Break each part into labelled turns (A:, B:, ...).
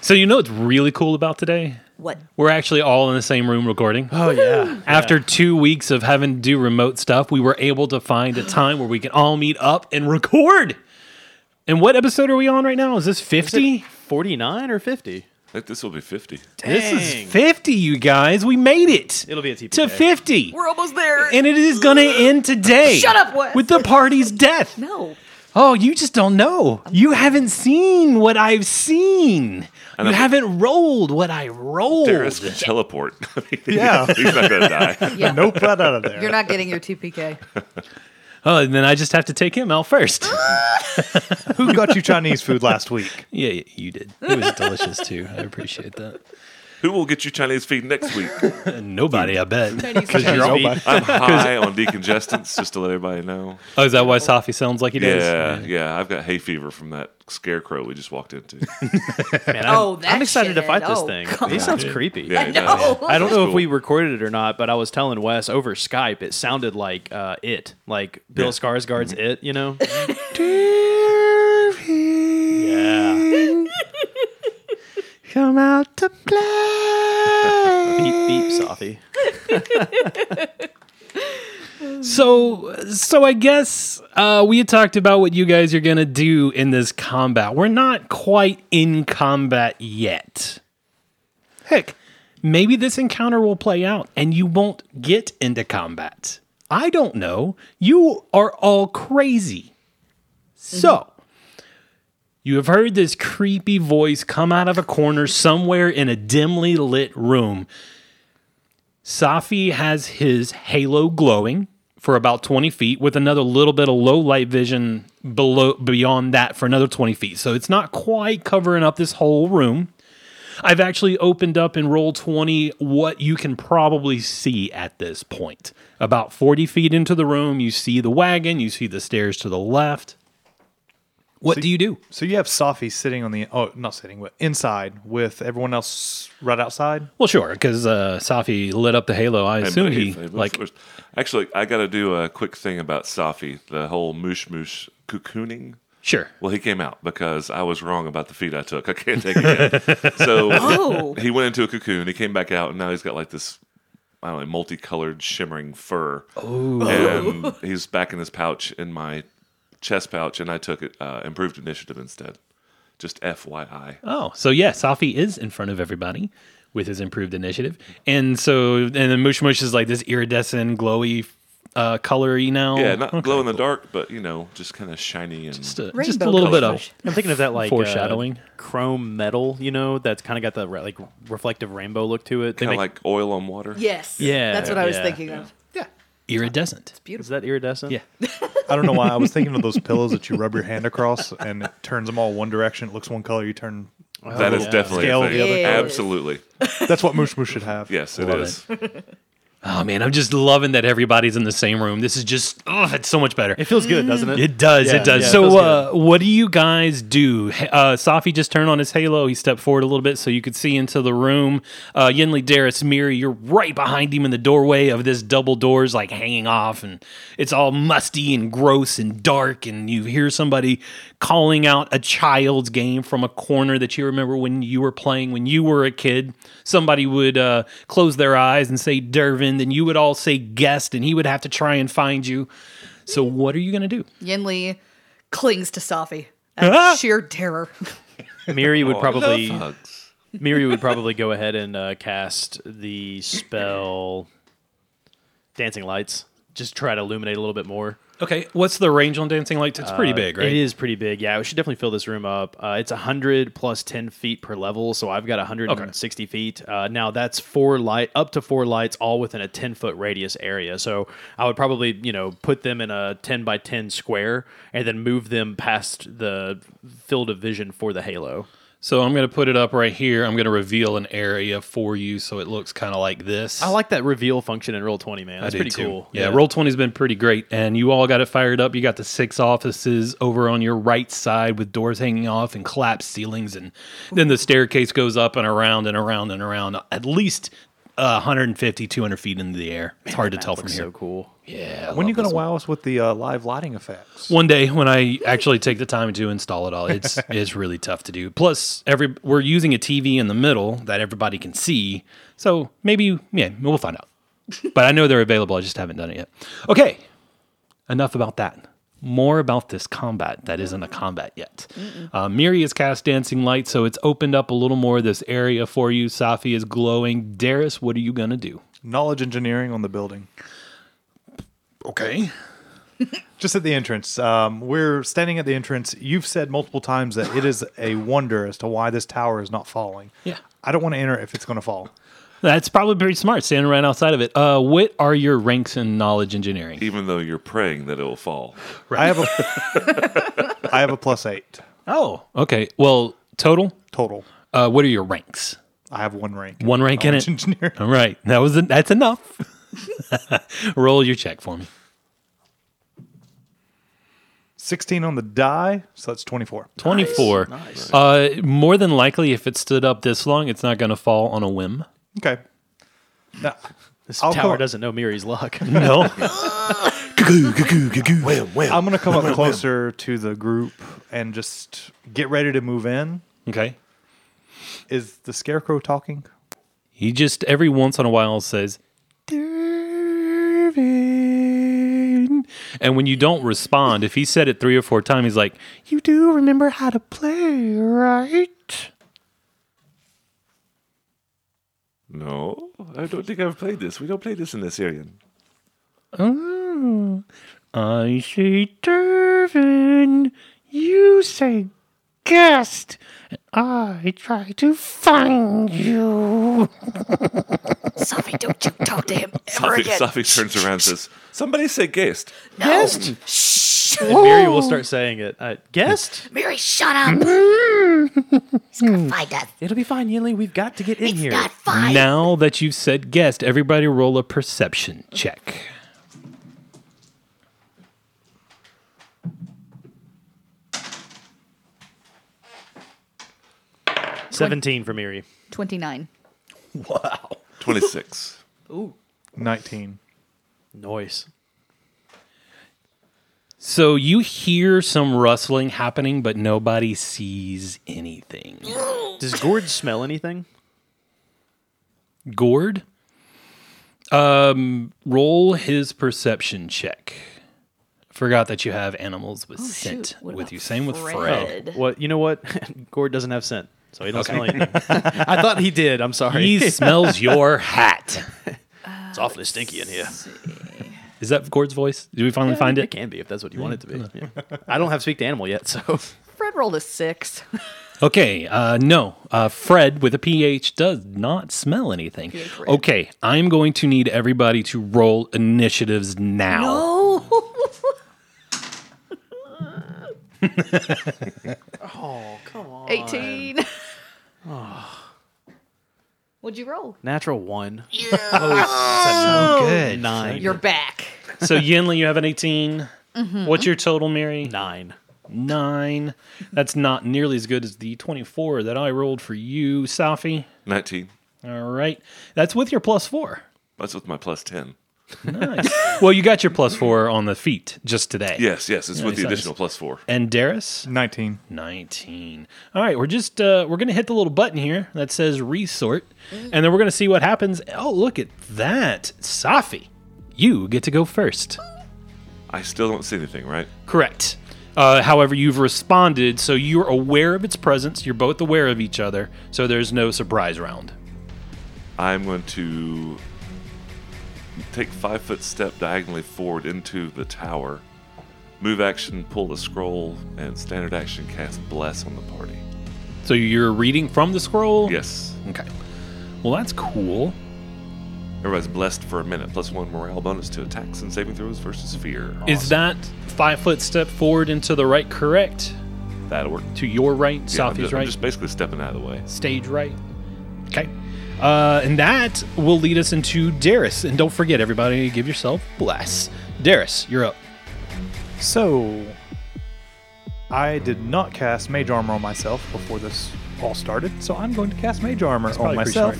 A: So you know what's really cool about today?
B: What?
A: We're actually all in the same room recording.
C: Oh yeah.
A: After two weeks of having to do remote stuff, we were able to find a time where we can all meet up and record. And what episode are we on right now? Is this 50?
C: Forty nine or fifty?
D: I think this will be 50.
A: This
C: Dang.
A: is 50, you guys. We made it.
C: It'll be a TPK.
A: to 50.
B: We're almost there.
A: And it is going to end today.
B: Shut up, Wes.
A: With the party's death.
B: no.
A: Oh, you just don't know. You haven't seen what I've seen.
D: I know,
A: You
D: but-
A: haven't rolled what I rolled.
D: Darius can teleport.
C: Yeah.
D: He's not going to die.
B: Yeah.
C: Nope, right out of there.
B: You're not getting your TPK.
A: Oh, and then I just have to take him out first.
C: Who got you Chinese food last week?
A: yeah, yeah, you did. It was delicious too. I appreciate that.
D: Who will get you Chinese feed next week?
A: Nobody, I bet.
C: You're all by-
D: I'm high on decongestants, just to let everybody know.
A: Oh, is that why Safi sounds like he does?
D: Yeah, yeah. I've got hay fever from that scarecrow we just walked into.
C: Man, I'm-
B: Oh, that
C: I'm excited
B: shit
C: to fight
B: is-
C: this
B: oh,
C: thing.
B: God.
C: He sounds creepy.
D: Yeah, it does.
B: No.
C: I don't know if
D: cool.
C: we recorded it or not, but I was telling Wes over Skype. It sounded like uh, it, like Bill Skarsgård's it. You know? yeah.
A: Come out to play.
C: Beep beep, Sophie.
A: So, so I guess uh, we had talked about what you guys are gonna do in this combat. We're not quite in combat yet. Heck, maybe this encounter will play out and you won't get into combat. I don't know. You are all crazy. So, you have heard this creepy voice come out of a corner somewhere in a dimly lit room. Safi has his halo glowing for about 20 feet with another little bit of low light vision below beyond that for another 20 feet. So it's not quite covering up this whole room. I've actually opened up in roll 20 what you can probably see at this point. About 40 feet into the room, you see the wagon, you see the stairs to the left. What do you do?
E: So you have Sophie sitting on the oh not sitting but inside with everyone else right outside.
A: Well, sure, because uh, Safi lit up the halo. I assume
D: But
A: he
D: if- if-
A: like
D: Actually, I got to do a quick thing about Safi, the whole moosh moosh cocooning.
A: sure.
D: Well, he came out because I was wrong about the feed I took. I can't take it. Yet. so
B: Oh.
D: he went into a cocoon. He came back out, and now he's got like this, I don't know, multicolored shimmering fur. Oh, and he's back in his pouch in my chest pouch, and I took it uh, improved initiative instead. Just FYI,
A: Oh, so yeah, Safi is in front of everybody with his improved initiative, and so and then Mush Mush is like this iridescent, glowy, uh, colory now.
D: yeah, not glow in the dark, but you know, just kind of shiny and
A: just uh, a,
B: Rainbow
A: just a little bit of.
B: colours.
C: I'm thinking of that like uh,
A: Foreshadowing.
C: chrome metal, you know, that's kind of got the re- like reflective rainbow look to it. They
D: kind of
C: make-
D: like oil on water.
B: Yes.
C: Yeah,
B: That's what I was
C: yeah.
B: thinking of.
A: iridescent.
C: is that iridescent?
A: Yeah.
E: I don't know why I was thinking of those pillows that you rub your hand across and it turns them all one direction. It looks one color. You turn.
D: That is
C: yeah.
D: definitely
E: Scale
D: a
E: the
B: other
D: thing.
B: color.
D: absolutely
E: That's what Moosh Moosh should have.
D: yes, it
A: Love
D: is.
A: Oh man, I'm just loving that everybody's in the same room. This is just oh, it's so much better.
C: It feels good, doesn't it?
A: It does.
C: Yeah,
A: it does.
C: yeah, it feels
A: so,
C: good.
A: uh, what do you guys do? H- Uh, Safi just turned on his halo. He stepped forward a little bit so you could see into the room. Uh, Yinli Darius Miri, you're right behind him in the doorway of this double doors, like hanging off, and it's all musty and gross and dark. And you hear somebody calling out a child's game from a corner that you remember when you were playing when you were a kid. Somebody would uh, close their eyes and say Dervin, then you would all say guest, and he would have to try and find you. So, what are you going to do?
B: Yinli clings to Safi. out of Sheer terror.
C: Miri would probably
D: Love hugs.
C: Miri would probably go ahead and uh, cast the spell Dancing Lights. Just try to illuminate a little bit more.
A: Okay, what's the range on dancing lights? It's pretty big, right?
C: Uh, It is pretty big. Yeah, we should definitely fill this room up. Uh, it's 100 plus 10 feet per level, so I've got 160 feet. Uh, now that's four light up to four lights, all within a 10 foot radius area. So I would probably you know put them in a 10 by 10 square and then move them past the field of vision for the halo.
A: So I'm gonna put it up right here. I'm gonna reveal an area for you, so it looks kind of like this.
C: I like that reveal function in roll 20, man.
A: I
C: That's
A: do
C: pretty
A: too.
C: cool.
A: Yeah, roll twenty's been pretty great, and you all got it fired up. You got the six offices over on your right side with doors hanging off and collapsed ceilings, and then the staircase goes up and around and around and around, at least uh, 150, 200 feet into the air. It's hard to tell from
C: Looks
A: here.
C: so cool.
A: Yeah. I
E: When are you
A: love
E: going
A: this
E: to wow us with the uh, live lighting effects?
A: One day when I actually take the time to install it all, it's it's really tough to do. Plus, every we're using a TV in the middle that everybody can see, so maybe yeah, we'll find out. But I know they're available. I just haven't done it yet. Okay, enough about that. More about this combat that isn't a combat yet. Uh, Miri has cast Dancing Light, so it's opened up a little more of this area for you. Safi is glowing. Darius, what are you gonna do?
E: Knowledge engineering on the building.
A: Okay.
E: Just at the entrance. Um, we're standing at the entrance. You've said multiple times that it is a wonder as to why this tower is not falling.
A: Yeah.
E: I don't want to enter if it's going to fall.
A: That's probably pretty smart standing right outside of it. Uh, what are your ranks in knowledge engineering?
D: even though you're praying that it'll fall.
E: I have a, I have a plus eight
A: Oh, okay. Well, total.
E: total.
A: Uh, what are your ranks?
E: I have one rank.
A: One rank in it.
E: engineer.
A: All right, that was that's enough. Roll your check for me.
E: 16 on the die, so that's 24.
A: Twenty four. Uh, more than likely, if it stood up this long, it's not going to fall on a whim.
E: Okay. Now,
C: This
E: I'll
C: tower
E: call-
C: doesn't know Miri's luck.
A: No.
E: I'm going to come up closer to the group and just get ready to move in.
A: okay.
E: Is the scarecrow talking?
A: He just every once in a while says, Dervin. And when you don't respond, if he said it three or four times, he's like, You do remember how to play, right?
D: No, I don't think I've played this. We don't play this in Assyrian.
A: I say Dervin, you say guest, and I try to find you.
B: Sophie, don't you talk to him ever
D: Safi,
B: again.
D: Safi turns around and says, "Somebody say guest."
B: Guest?
C: and Miri will start saying it. Uh, guest?
B: Mary, shut up. He's gonna find us.
C: It'll be fine, Yinli. We've got to get in
B: It's
C: here.
B: not fine.
A: Now that you've said guest, everybody roll a perception check.
C: Seventeen for Miri.
B: 29.
D: Twenty six.
E: 19.
C: Noise.
A: So you hear some rustling happening, but nobody sees anything.
C: Does Gord smell anything?
A: Gord, um, roll his perception check. Forgot that you have animals with scent
B: Oh, What
A: with
B: about
A: you. Same with Fred.
B: Fred?
C: Well, you know what? Gord doesn't have scent, so he doesn't smell anything. I thought he did. I'm sorry.
A: He smells your hat.
C: it's awfully stinky in here.
A: Is that Gord's voice? Did we finally find
C: It
A: it?
C: can be if that's what you want it to be. Yeah. I don't have speak to animal yet, so
B: Fred rolled a six.
A: Okay, uh, no. Uh, Fred with a PH does not smell anything.
B: Fred.
A: Okay, I'm going to need everybody to roll initiatives now.
B: Oh,
C: Oh,
B: come on. 18. What'd you roll?
C: natural one. Oh,
A: Good.
C: Nine.
B: You're back.
A: So Yinli, you have an 18. What's your total, Mary?
C: nine.
A: Nine. That's not nearly as good as the 24 that I rolled for you, Safi.
D: Nineteen.
A: All right. That's with your plus four.
D: That's with my plus ten.
A: Nice. well, you got your plus four on the feet just today.
D: Yes, yes. It's with the
A: Nice,
D: additional plus four.
A: And Darius?
E: 19.
A: 19. All right, we're just uh we're going to hit the little button here that says resort and then we're going to see what happens. Oh, look at that. Safi, you get to go first.
D: I still don't see anything, right?
A: Correct. Uh, however, you've responded, so you're aware of its presence. You're both aware of each other, so there's no surprise round.
D: I'm going to take five foot step diagonally forward into the tower. Move action, pull the scroll, and standard action cast bless on the party.
A: So you're reading from the scroll?
D: Yes.
A: Okay. Well, that's cool.
D: Everybody's blessed for a minute, plus one morale bonus to attacks and saving throws versus fear.
A: Is that five foot step forward and to the right correct?
D: That'll work.
A: To your right,
D: Yeah, I'm
A: Safi's
D: ju- I'm
A: right,
D: just basically stepping out of the way.
A: stage right. Okay. Uh, and that will lead us into Darius. And don't forget, everybody, give yourself bless. Darius, you're up.
E: So, I did not cast Mage Armor on myself before this all started, so I'm going to cast Mage Armor on
A: probably pretty
E: myself,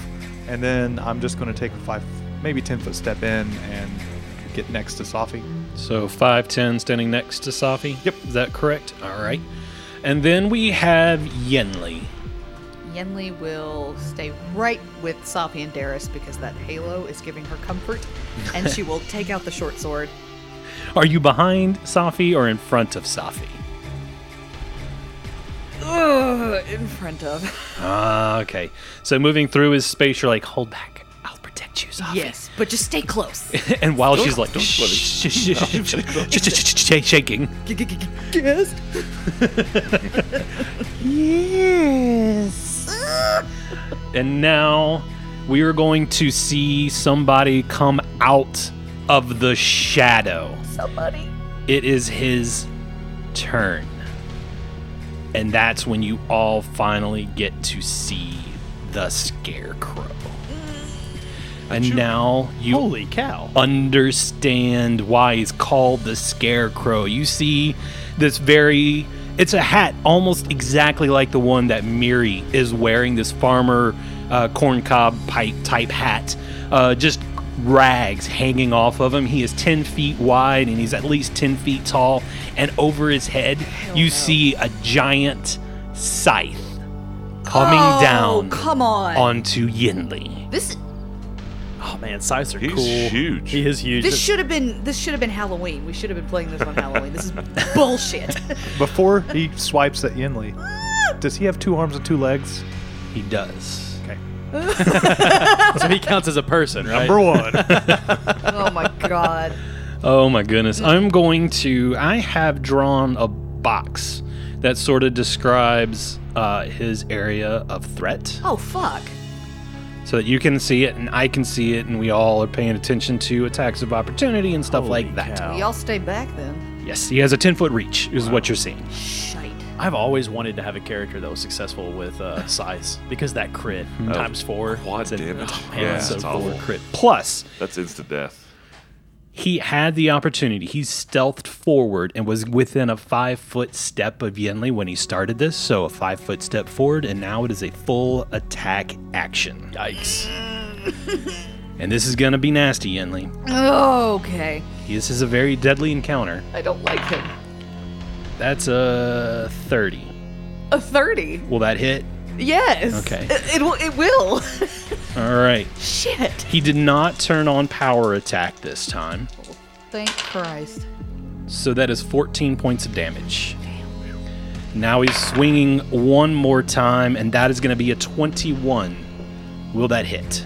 E: and then I'm just going to take a five, maybe 10 foot step in and get next to Safi.
A: So 5'10 standing next to Safi?
E: Yep.
A: Is that correct? All right. And then we have Yenli.
B: Yenli will stay right with Safi and Darius because that halo is giving her comfort, and she will take out the short sword.
A: Are you behind Safi or in front of Safi?
B: Ugh, in front of.
A: Ah, okay. So moving through his space, you're like, hold back. I'll protect you, Safi.
B: Yes, but just stay close.
A: And while she's like,
D: don't
A: "Shh,
D: worry.
A: shh, shh, shh, shh, shh, shh, shh, shh," shaking.
B: yes.
A: And now we are going to see somebody come out of the shadow.
B: Somebody.
A: It is his turn. And that's when you all finally get to see the scarecrow. And now you
C: Holy cow.
A: understand why he's called the Scarecrow. You see this very it's a hat almost exactly like the one that Miri is wearing, this farmer uh, corncob pipe type hat. Uh, just rags hanging off of him. He is 10 feet wide and he's at least 10 feet tall. And over his head, you see a giant scythe coming
B: oh,
A: down
B: Come on.
A: onto Yinli.
B: This
C: Oh man, scythes are
D: He's
C: cool.
D: huge.
C: He is huge.
B: this should have been this should have been Halloween. We should have been playing this on Halloween. This is bullshit.
E: Before he swipes at Yinli, does he have two arms and two legs?
A: He does.
E: Okay.
C: so he counts as a person, right?
E: Number one.
B: oh my god.
A: Oh my goodness. I'm going to. I have drawn a box that sort of describes uh, his area of threat
B: Oh fuck.
A: so that you can see it and I can see it and we all are paying attention to attacks of opportunity and stuff
C: Holy
A: like that.
C: cow.
B: We all stay back then.
A: Yes, he has a 10 foot reach, is what you're seeing.
B: Shite.
C: I've always wanted to have a character that was successful with uh, scythes because that crit times four. oh,
D: Quad damage.
C: man,
D: yeah,
C: that's so
D: it's
C: cool.
D: awful.
A: Crit. Plus,
D: That's instant death.
A: he had the opportunity. He stealthed forward and was within a five foot step of Yenli when he started this, so a five foot step forward, and now it is a full attack action.
C: Yikes.
A: And this is gonna be nasty, Yenli.
B: Oh, okay.
A: This is a very deadly encounter.
B: I don't like him.
A: That's a 30.
B: A thirty.
A: Will that hit?
B: Yes.
A: Okay.
B: It, it will. It will.
A: All right.
B: Shit.
A: He did not turn on power attack this time.
B: Thank Christ.
A: So that is 14 points of damage. Now he's swinging one more time, and that is going to be a 21. Will that hit?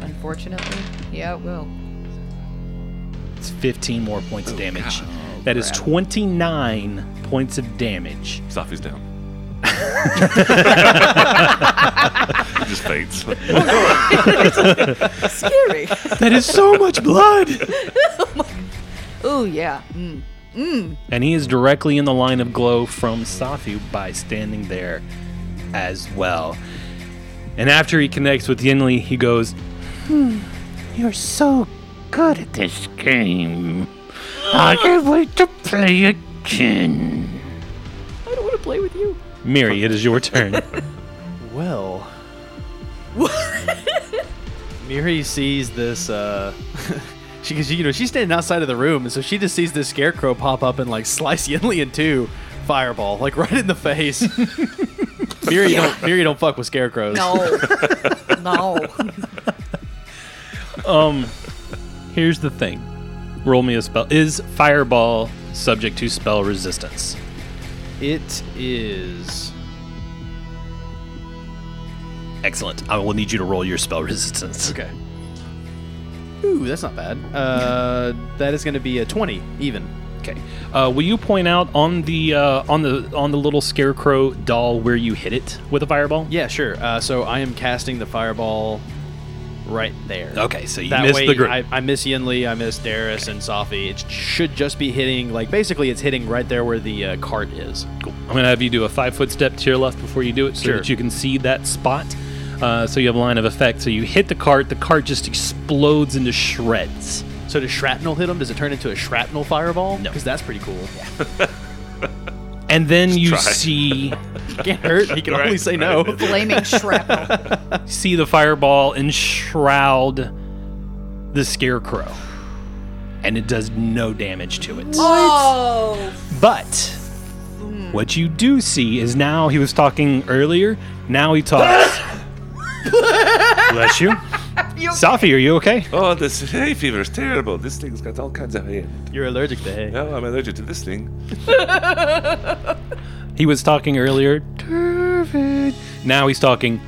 B: Unfortunately, yeah, it will.
A: It's 15 more points of damage. That is 29 points of damage.
D: Safi's down. He just faints.
B: Scary.
A: That is so much blood!
B: oh yeah. Mm.
A: And he is directly in the line of glow from Safi by standing there as well. And after he connects with Yinli, he goes, "Hmm,
F: You're so good at this game. I can't wait to play again.
B: I don't want to play with you.
A: Miri, it is your turn.
C: Well. Miri sees this. Uh, she, 'cause, you know, she's standing outside of the room, and so she just sees this scarecrow pop up and like slice Yinli in two, fireball, like right in the face. Miri, don't, Miri, don't fuck with scarecrows.
B: No. no.
A: Here's the thing roll me a spell. Is Fireball subject to spell resistance?
C: It is.
A: Excellent. I will need you to roll your spell resistance.
C: Okay. Ooh, that's not bad. Uh, that is going to be a 20, even.
A: Okay. Uh, will you point out on the uh, on the on the little scarecrow doll where you hit it with a fireball?
C: Yeah, sure. Uh, so I am casting the fireball right there.
A: Okay, so you
C: That
A: missed
C: way,
A: the group.
C: I, I miss Yin Lee, I miss Darius and Safi. It should just be hitting, like, basically, it's hitting right there where the uh, cart is. Cool.
A: I'm gonna have you do a five foot step to your left before you do it, so
C: Sure.
A: that you can see that spot. Uh, so you have a line of effect. So you hit the cart, the cart just explodes into shreds.
C: So does shrapnel hit him? Does it turn into a shrapnel fireball?
A: No.
C: Because that's pretty cool.
A: And then you
D: try.
A: see
C: Can't hurt. He can only say no.
B: Blaming shrapnel.
A: see the fireball enshroud the scarecrow, and it does no damage to it.
B: Oh,
A: But what you do see is now he was talking earlier. Now he talks. Bless you. Safi, are you okay?
D: Oh, this hay fever is terrible. This thing's got all kinds of hay.
C: You're allergic to hay.
D: No, I'm allergic to this thing.
A: He was talking earlier. "Turvin." Now he's talking.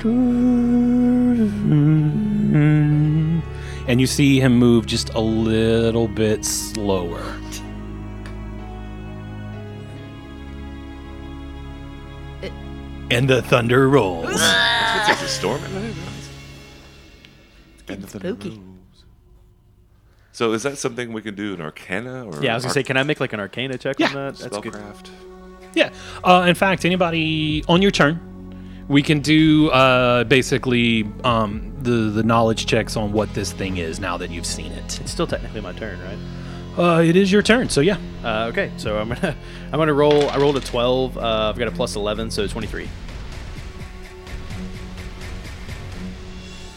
A: "Turvin." And you see him move just a little bit slower.
B: It-
A: And the thunder rolls.
D: It's a storm at night. End of the
B: spooky.
D: rules. So is that something we can do in Arcana or?
C: Yeah, I was gonna say, can I make like an Arcana check
A: Yeah.
C: on that? That's good.
D: spellcraft.
A: Yeah. Uh, in fact, anybody on your turn, we can do uh, basically um, the the knowledge checks on what this thing is now that you've seen it.
C: It's still technically my turn, right?
A: Uh, it is your turn, so yeah.
C: Uh, okay, so I'm gonna I'm gonna roll. I rolled a 12. Uh, I've got a plus 11, so 23.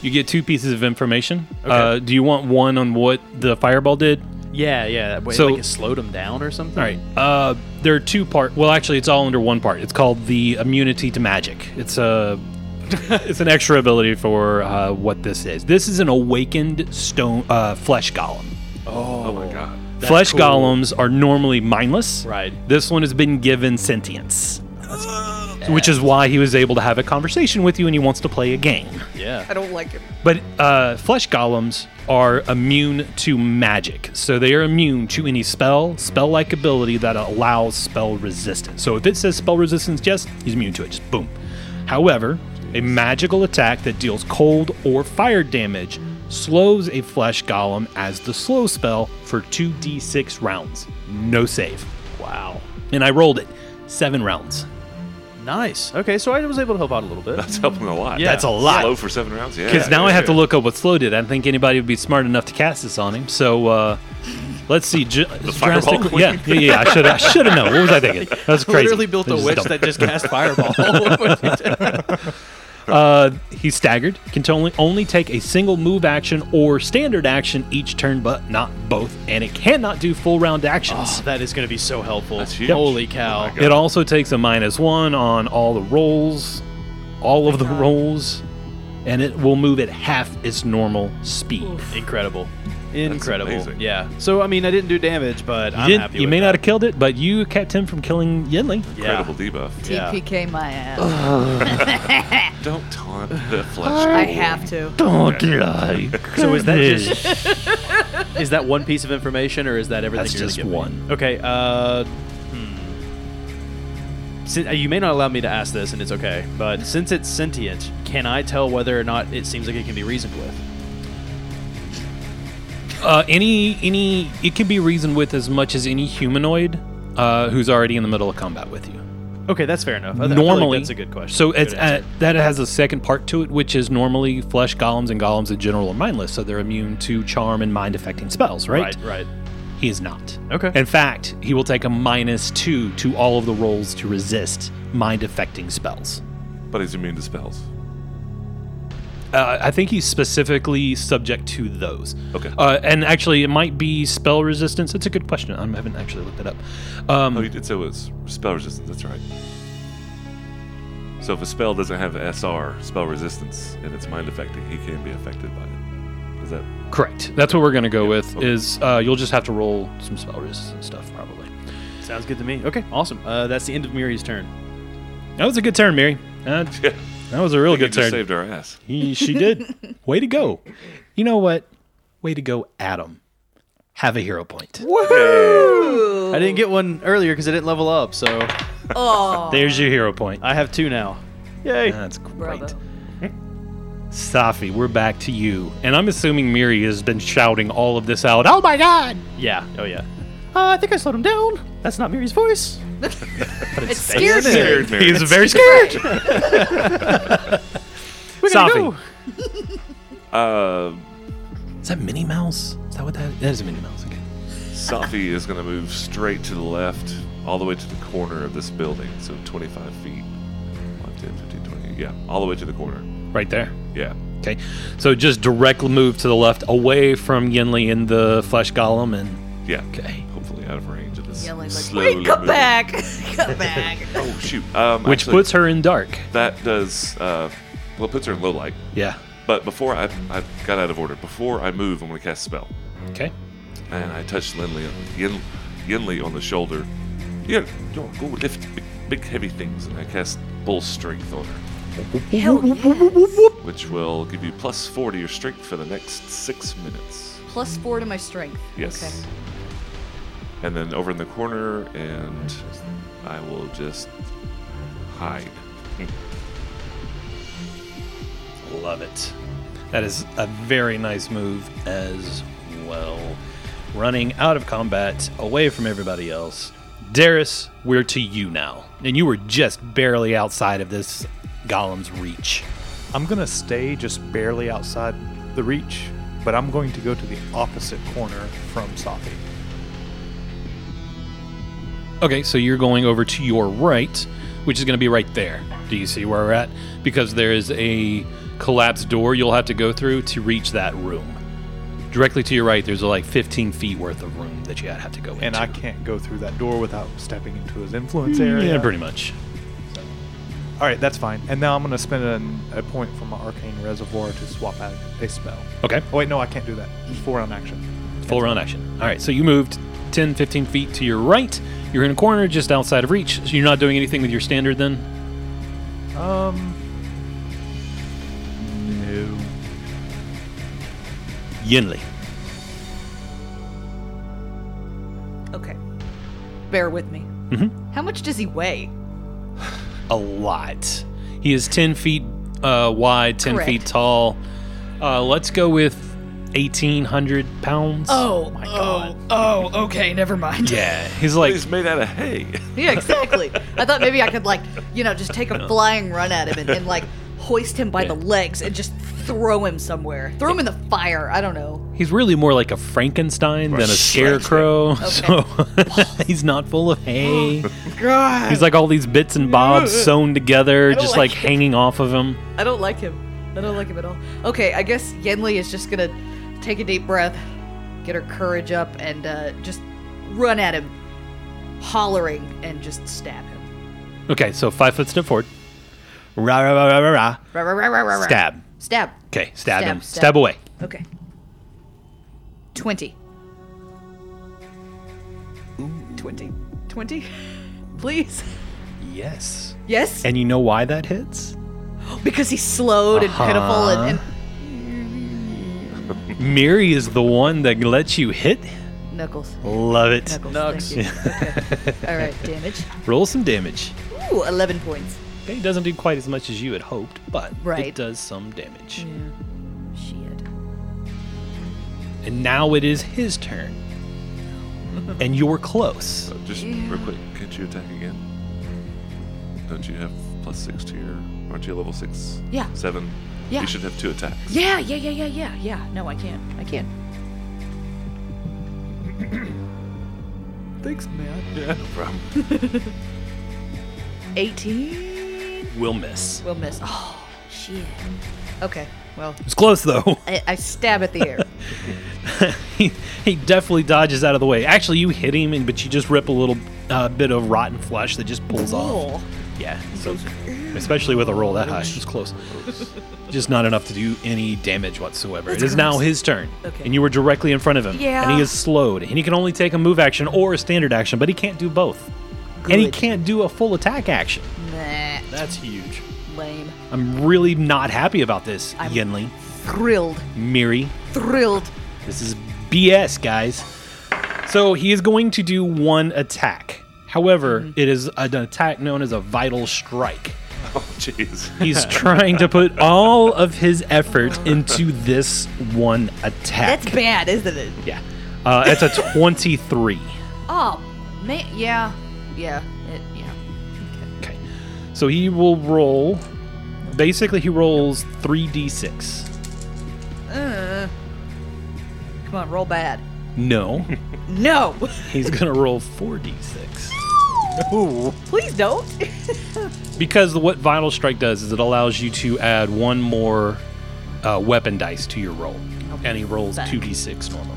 A: You get two pieces of information. Uh, do you want one on what the fireball did?
C: Yeah, yeah. That way,
A: So-
C: like it slowed him down or something.
A: All right. Uh, there are two part. Well, actually, it's all under one part. It's called the immunity to magic. It's a it's an extra ability for uh, what this is. This is an awakened stone uh, flesh golem.
D: Oh my god.
C: That's
A: Flesh
C: cool.
A: golems are normally mindless.
C: Right.
A: This one has been given sentience, which is why he was able to have a conversation with you and he wants to play a game.
C: Yeah.
B: I don't like it.
A: But uh, flesh golems are immune to magic, so they are immune to any spell, spell like ability that allows spell resistance. So if it says spell resistance, yes, he's immune to it. Just boom. However, a magical attack that deals cold or fire damage slows a flesh golem as the slow spell for 2d6 rounds. No save.
C: Wow.
A: And I rolled it. Seven rounds.
C: Nice. Okay, so I was able to help out a little bit.
D: That's helping a lot.
C: Yeah.
A: That's a lot.
D: Low for seven rounds. Yeah.
A: Because now
D: yeah,
A: I have to
D: yeah.
A: look up what Slow did. I don't think anybody would be smart enough to cast this on him. So uh, let's see. Ju-
D: Fireball
A: drastically-
D: Queen.
A: yeah, yeah, yeah. I should I should have known. What was I thinking? That's crazy.
C: Literally built
A: This
C: a
A: is
C: witch
A: dumb.
C: that just cast fireball. That's
A: Uh, he's staggered. Can only only take a single move action or standard action each turn, but not both. And it cannot do full round actions.
C: gonna be so helpful.
D: That's huge.
C: Holy
D: Yep.
C: cow!
D: Oh my God.
A: it also takes a minus one on all the rolls, all
D: Oh
A: of the rolls, and it will move at half its normal speed.
C: Incredible. Incredible.
D: amazing.
C: Yeah. So I mean, I didn't do damage, but
A: You,
C: I'm
A: didn't-
C: happy.
A: you
C: with
A: may
C: that.
A: not have killed it, but you kept him from killing Yinli.
C: Yeah.
D: Incredible debuff.
C: Yeah.
B: TPK my ass.
D: Don't taunt the flesh.
B: I have to.
F: Don't lie.
C: So is that just is that one piece of information, or is that everything?
A: That's
C: you're gonna
A: just
C: give me?
A: one.
C: Okay. Uh, hmm. Sin- uh, you may not allow me to ask this, and it's okay. But since it's sentient, can I tell whether or not it seems like it can be reasoned with?
A: Uh, any any it can be reasoned with as much as any humanoid uh, who's already in the middle of combat with you.
C: Okay, that's fair enough. I- I feel like
A: normally,
C: that's a good question.
A: So
C: Good
A: it's
C: answer.
A: uh that has a second part to it, which is normally flesh golems and golems in general are mindless, so they're immune to charm and mind affecting spells, right?
C: right, right.
A: He is not.
C: Okay.
A: In fact, he will take a minus two to all of the rolls to resist mind affecting spells.
D: But he's immune to spells.
A: Uh, I think he's specifically subject to those.
D: Okay.
A: Uh, and actually, it might be spell resistance. It's a good question. I haven't actually looked it up. Um,
D: Oh, you did so it's spell resistance. That's right. So if a spell doesn't have SR, spell resistance, and it's mind affecting, he can be affected by it. Is that
A: Correct. That's what we're gonna go with.
D: okay.
A: Is uh, you'll just have to roll some spell resistance stuff probably.
C: Sounds good to me. Okay, awesome. Uh, that's the end of Miri's turn.
A: That was a good turn, Mary. Uh,
D: yeah?
A: that was a real good
D: He just
A: turn.
D: saved our ass.
A: He- she did. Way to go. You know what? Way to go, Adam. Have a hero point.
C: I didn't get one earlier because I didn't level up, so
B: Oh,
A: There's your hero point.
C: I have two now. Yay!
A: That's great.
B: bravo.
A: Safi, we're back to you. And I'm assuming Miri has been shouting all of this out. Oh my god!
C: Yeah. Oh yeah. Uh, I think I slowed him down. That's not Miri's voice. but
B: It
C: it's
B: scared me.
D: Scared Mary.
A: He's very scared. Safi.
D: Uh,
A: Is that Minnie Mouse? Is that what that is? That is Minnie Mouse. Okay.
D: Safi is going to move straight to the left, all the way to the corner of this building. So 25 feet. 5, 10, 15, 20. Yeah, all the way to the corner.
A: Right there.
D: Yeah.
A: Okay, so just directly move to the left, away from Yinli and the flesh golem, and
D: Yeah.
A: okay,
D: Hopefully out of range of this.
B: Yelling like,
D: slowly
B: wait, come
D: moving-
B: back, come back.
D: Oh shoot. Um,
A: which
D: actually,
A: puts her in dark.
D: that does uh, well it puts her in low light.
A: Yeah.
D: But before I I got out of order. Before I move, I'm gonna cast a spell.
A: Okay.
D: and I touched Linley, Yin, Yinli on the shoulder. Yeah, yo, go lift big, big heavy things, and I cast Bull Strength on her,
B: Hell yes.
D: which will give you plus four to your strength for the next six minutes.
B: Plus four to my strength.
D: Yes. And then over in the corner, and I will just hide.
A: Love it. That is a very nice move as well. Running out of combat, away from everybody else. Darius, we're to you now. And you were just barely outside of this golem's reach.
E: I'm going to stay just barely outside the reach, but I'm going to go to the opposite corner from Safi.
A: Okay, so you're going over to your right, which is going to be right there. Do you see where we're at? Because there is a collapsed door you'll have to go through to reach that room. Directly to your right, there's like 15 feet worth of room that you have to go
E: And
A: into.
E: I can't go through that door without stepping into his influence area.
A: Mm, Yeah, pretty much.
E: All right, that's fine. And now I'm going to spend an, a point from my arcane reservoir to swap out a spell.
A: Okay.
E: Oh, wait, no, I can't do that. It's Full round action.
A: Full round action. All right, so you moved 10, 15 feet to your right. You're in a corner just outside of reach. So you're not doing anything with your standard then?
E: Um. No.
A: Yinli.
B: Okay. Bear with me. Mm-hmm. How much does he weigh?
A: A lot. He is 10 feet uh, wide, 10
B: Correct.
A: feet tall. Uh, let's go with 1,800 pounds.
B: Oh, my god. Oh, oh, okay, never mind.
A: Yeah, he's like,
D: He's made out of hay.
B: Yeah, exactly. I thought maybe I could like, you know, just take a flying run at him and, and like hoist him by the legs and just throw him somewhere. Throw him in the fire. I don't know.
A: he's really more like a Frankenstein than a scarecrow. So he's not full of hay.
B: God.
A: He's like all these bits and bobs sewn together,
B: don't
A: just
B: like
A: like
B: it.
A: hanging off of him.
B: I don't like him. I don't like him at all. Okay, I guess Yenli is just gonna take a deep breath, get her courage up, and uh, just run at him, hollering, and just stab him.
A: Okay, so five foot step forward. Rah, rah, rah, rah, rah,
B: Rah, rah, rah, rah, rah,
A: rah.
B: rah.
A: Stab.
B: Stab.
A: Okay, stab,
B: Stab,
A: him.
B: stab.
A: Stab. away.
B: Okay. 20. 20. 20? Please?
A: Yes.
B: Yes?
A: And you know why that hits?
B: because he's slowed and pitiful and,
A: Uh-huh. Miri is the one that lets you hit.
B: and. Knuckles.
A: Love it.
B: Knuckles. Thank you. Okay. All right, damage.
A: Roll some damage.
B: Ooh, 11 points.
A: Okay, it doesn't do quite as much as you had hoped, but it
B: Right.
A: does some damage.
B: Shit.
A: And now it is his turn. and you're close.
D: So just real quick, can't you attack again? Don't you have plus six to your? Aren't you level six?
B: Yeah.
D: Seven.
B: Yeah.
D: You should have two attacks.
B: Yeah, yeah, yeah, yeah, yeah, yeah. No, I can't. I can't.
E: Thanks, man.
D: Yeah, no problem.
B: 18
A: Will miss.
B: will miss. Oh, shit. Okay, well,
A: It's close though.
B: I, I stab at the air.
A: he, he definitely dodges out of the way. Actually, you hit him, and but you just rip a little uh, bit of rotten flesh that just pulls off.
B: Cool.
A: Yeah, so, especially with a roll that high, it's close. just not enough to do any damage whatsoever. it is now his turn,
B: Okay.
A: and you were directly in front of him. and
B: Yeah.
A: he is slowed, and he can only take a move action or a standard action, but he can't do both, and he
B: Good.
A: can't do a full attack action.
B: Nah,
A: That's huge.
B: lame.
A: I'm really not happy about this,
B: I'm-
A: Yinli,
B: Thrilled.
A: Miri,
B: Thrilled.
A: This is BS, guys. So he is going to do one attack. However,
B: Mm-hmm.
A: it is an attack known as a vital strike.
D: Oh, jeez.
A: He's trying to put all of his effort into this one attack.
B: That's bad, isn't it?
A: Yeah. Uh, that's a 23.
B: Oh, man. Yeah. Yeah. It, yeah.
A: Okay. So he will roll. Basically, he rolls 3d6.
B: Uh, come on, roll bad.
A: No.
B: No.
A: He's going to roll 4d6.
B: Please don't.
A: Because what Vital Strike does is it allows you to add one more uh, uh, weapon dice to your roll, and he rolls
B: Back.
A: two d six normally.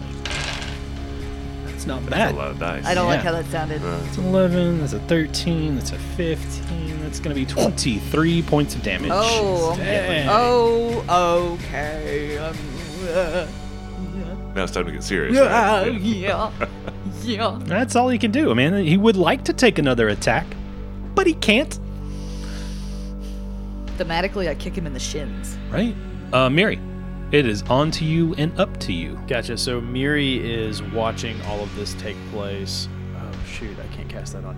A: That's not
D: A
A: bad.
D: lot of dice.
B: I don't like
A: Yeah.
B: how that sounded.
A: That's an eleven. That's a thirteen. That's a fifteen. That's gonna be twenty three points of damage.
B: Oh,
A: Dang.
B: oh, okay. Um, uh,
D: Now it's time to get serious.
B: yeah,
D: right?
B: yeah, yeah.
A: That's all he can do, man. He would like to take another attack, but he can't.
B: Thematically, I kick him in the shins.
A: Right? Uh, Mary, it is on to you and up to you.
C: Gotcha. So Miri is watching all of this take place. Oh shoot! I can't cast that on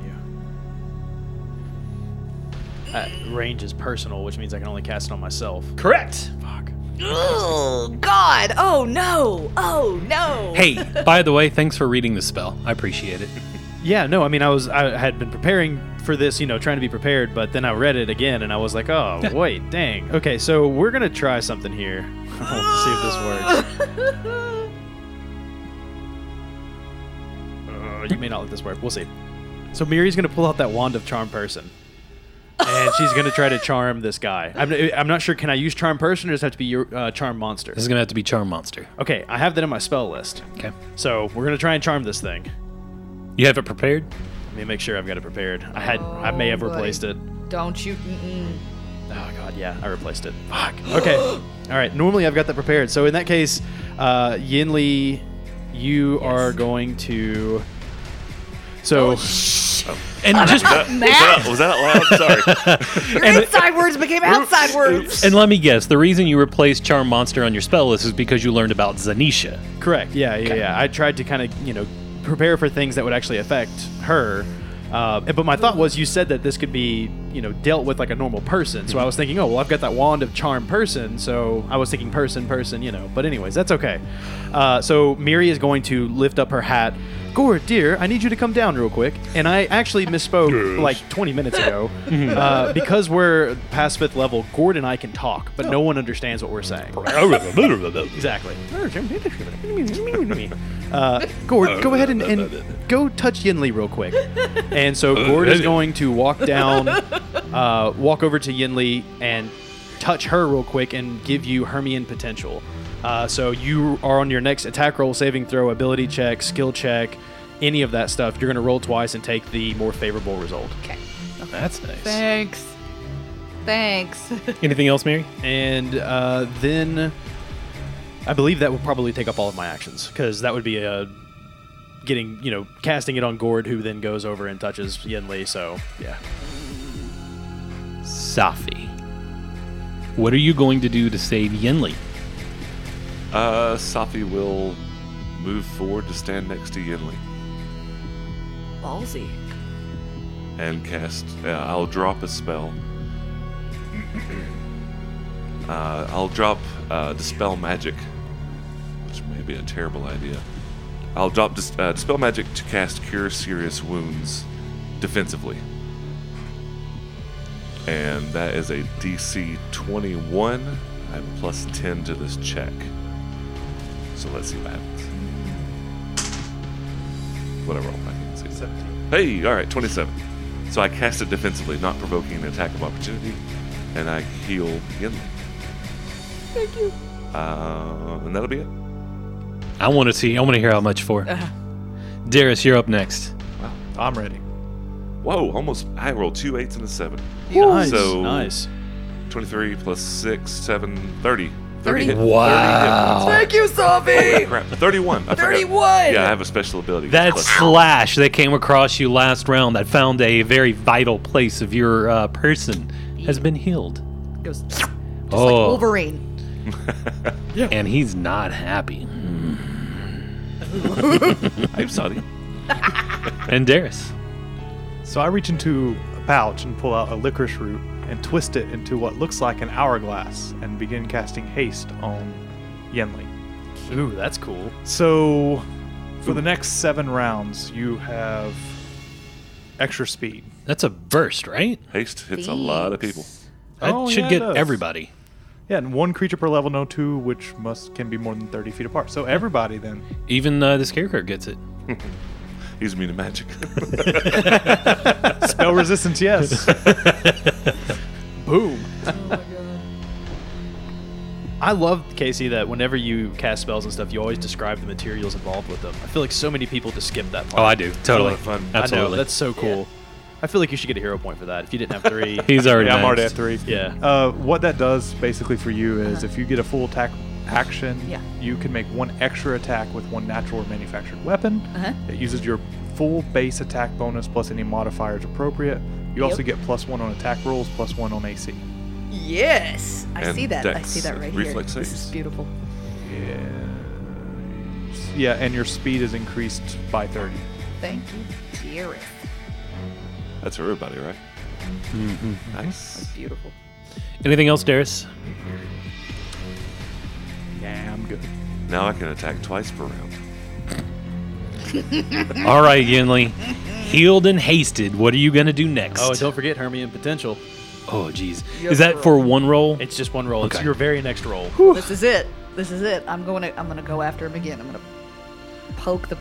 C: you. Uh, range is personal, which means I can only cast it on myself.
A: Correct.
C: Fuck.
B: Oh God! Oh no! Oh no!
A: Hey, by the way, thanks for reading the spell. I appreciate it.
C: Yeah, no, I mean, I was, I had been preparing for this, you know, trying to be prepared, but then I read it again and I was like, oh, wait, dang. Okay, so we're gonna try something here. We'll see if this works. Uh, you may not let this work. We'll see. So Miri's gonna pull out that wand of charm person. And she's gonna try to charm this guy. I'm, I'm not sure. Can I use charm person or does it have to be your uh, charm monster?
A: This is going to have to be Charm Monster.
C: Okay, I have that in my spell list.
A: Okay.
C: So we're gonna try and charm this thing.
A: You have it prepared?
C: Let me make sure I've got it prepared. I had, I may have
B: Oh, buddy.
C: replaced it.
B: Don't you? Mm-mm.
C: Oh god, yeah, I replaced it. Fuck. Okay. All right. Normally I've got that prepared. So in that case, uh, Yinli, you are going to.
B: Oh,
C: So
A: And just
B: Matt,
D: Oh, Was that loud? Sorry.
B: your inside words became outside words.
A: and let me guess, the reason you replaced Charm Monster on your spell list is because you learned about Zanisha.
C: correct. Yeah, yeah, yeah. I tried to kind of you know prepare for things that would actually affect her. Uh, but my thought was, you said that this could be, you know, dealt with like a normal person. So I was thinking, oh well, I've got that wand of charm person. So I was thinking person, person, you know. But anyways, that's okay. Uh, so Miri is going to lift up her hat. Gord, dear, I need you to come down real quick. And I actually misspoke like 20 minutes ago uh, because we're past fifth level. Gord and I can talk, but no one understands what we're saying. Exactly. Uh, Gord, go ahead and, and go touch Yinli real quick. And so Gord is going to walk down, uh, walk over to Yinli and touch her real quick and give you Hermian potential. Uh, so you are on your next attack roll, saving throw, ability check, skill check, any of that stuff. You're going to roll twice and take the more favorable result.
B: Okay.
A: That's nice.
B: Thanks. Thanks.
A: Anything else, Mary?
C: and uh, then I believe that will probably take up all of my actions because that would be a getting you know casting it on Gord, who then goes over and touches Yinli. So yeah,
A: Safi. What are you going to do to save Yinli?
D: Uh, Safi will move forward to stand next to Yinli
B: Ballsy.
D: and cast. Uh, I'll drop a spell. Uh, I'll drop uh, dispel magic, which may be a terrible idea. I'll drop dis- uh, dispel magic to cast cure serious wounds defensively, and that is a DC 21. I'm plus 10 to this check, so let's see what happens. Whatever I can see. Hey, all right, 27. So I cast it defensively, not provoking an attack of opportunity, and I heal Yinli.
B: Thank you.
D: Uh, and that'll be it.
A: I want to see. I want to hear how much for. Darius, you're up next.
E: I'm ready.
D: Whoa, almost. I rolled two eights and a seven.
C: nice,
D: So-
C: nice.
D: 23 plus 6, 7, 30. 30
B: 30.
D: hit-
A: Wow.
D: 30 hit
B: Thank you, Sophie.
D: points. Crap, 31. I forgot.
B: 31!
D: Yeah, I have a special ability.
A: That
D: Plus-
A: slash that came across you last round that found a very vital place of your uh, person has been healed.
B: Goes just
A: oh,
B: like Wolverine.
A: and he's not happy.
D: I'm sorry.
A: And Darius,
E: So I reach into a pouch and pull out a licorice root and twist it into what looks like an hourglass and begin casting haste on Yenli.
C: Ooh, that's cool.
E: So for the next seven rounds, you have extra speed.
A: that's a burst, right?
D: Haste hits a lot of people.
A: That
E: Oh,
A: should
E: yeah, it
A: get
E: does.
A: everybody.
E: Yeah, and one creature per level, no two, which must can be more than thirty feet apart. So everybody then.
A: Even uh, the scarecrow gets it.
D: He's immune to magic.
E: Spell resistance,
A: Oh
E: yes. Boom.
C: I love Casey that whenever you cast spells and stuff, you always describe the materials involved with them. I feel like so many people just skip that part.
A: Oh, I do totally.
D: Totally fun. I know,
A: Absolutely.
C: I know that's so cool. I feel like you should get a hero point for that if you didn't have three.
A: He's already.
E: Yeah, I'm already at
A: maxed.
E: three.
C: yeah.
E: Uh, what that does basically for you is if you get a full attack action,
B: Yeah.
E: you can make one extra attack with one natural or manufactured weapon.
B: Uh-huh.
E: It uses your full base attack bonus plus any modifiers appropriate. You also
B: Yep.
E: get plus one on attack rolls, plus one on AC.
B: Yes, I
D: And
B: see that. I
D: dex
B: see that
D: and
B: right
D: reflex
B: here. This
D: saves.
B: is beautiful.
E: Yeah, and your speed is increased by 30.
B: Thank you, dearest.
D: That's for everybody, right?
C: Mm-hmm.
D: Nice.
B: That's beautiful.
A: Anything else, Darius?
E: Yeah, I'm good.
D: Now I can attack twice per round.
A: All right, Yinli. Healed and hasted. What are you gonna do next?
C: Oh, and don't forget Hermione potential.
A: Oh, jeez.
B: Yes,
A: Is that
B: bro.
A: for one roll?
C: It's just one roll.
A: Okay.
C: It's your very next roll.
B: This is it. This is it. I'm going to. I'm going to go after him again. I'm going to poke the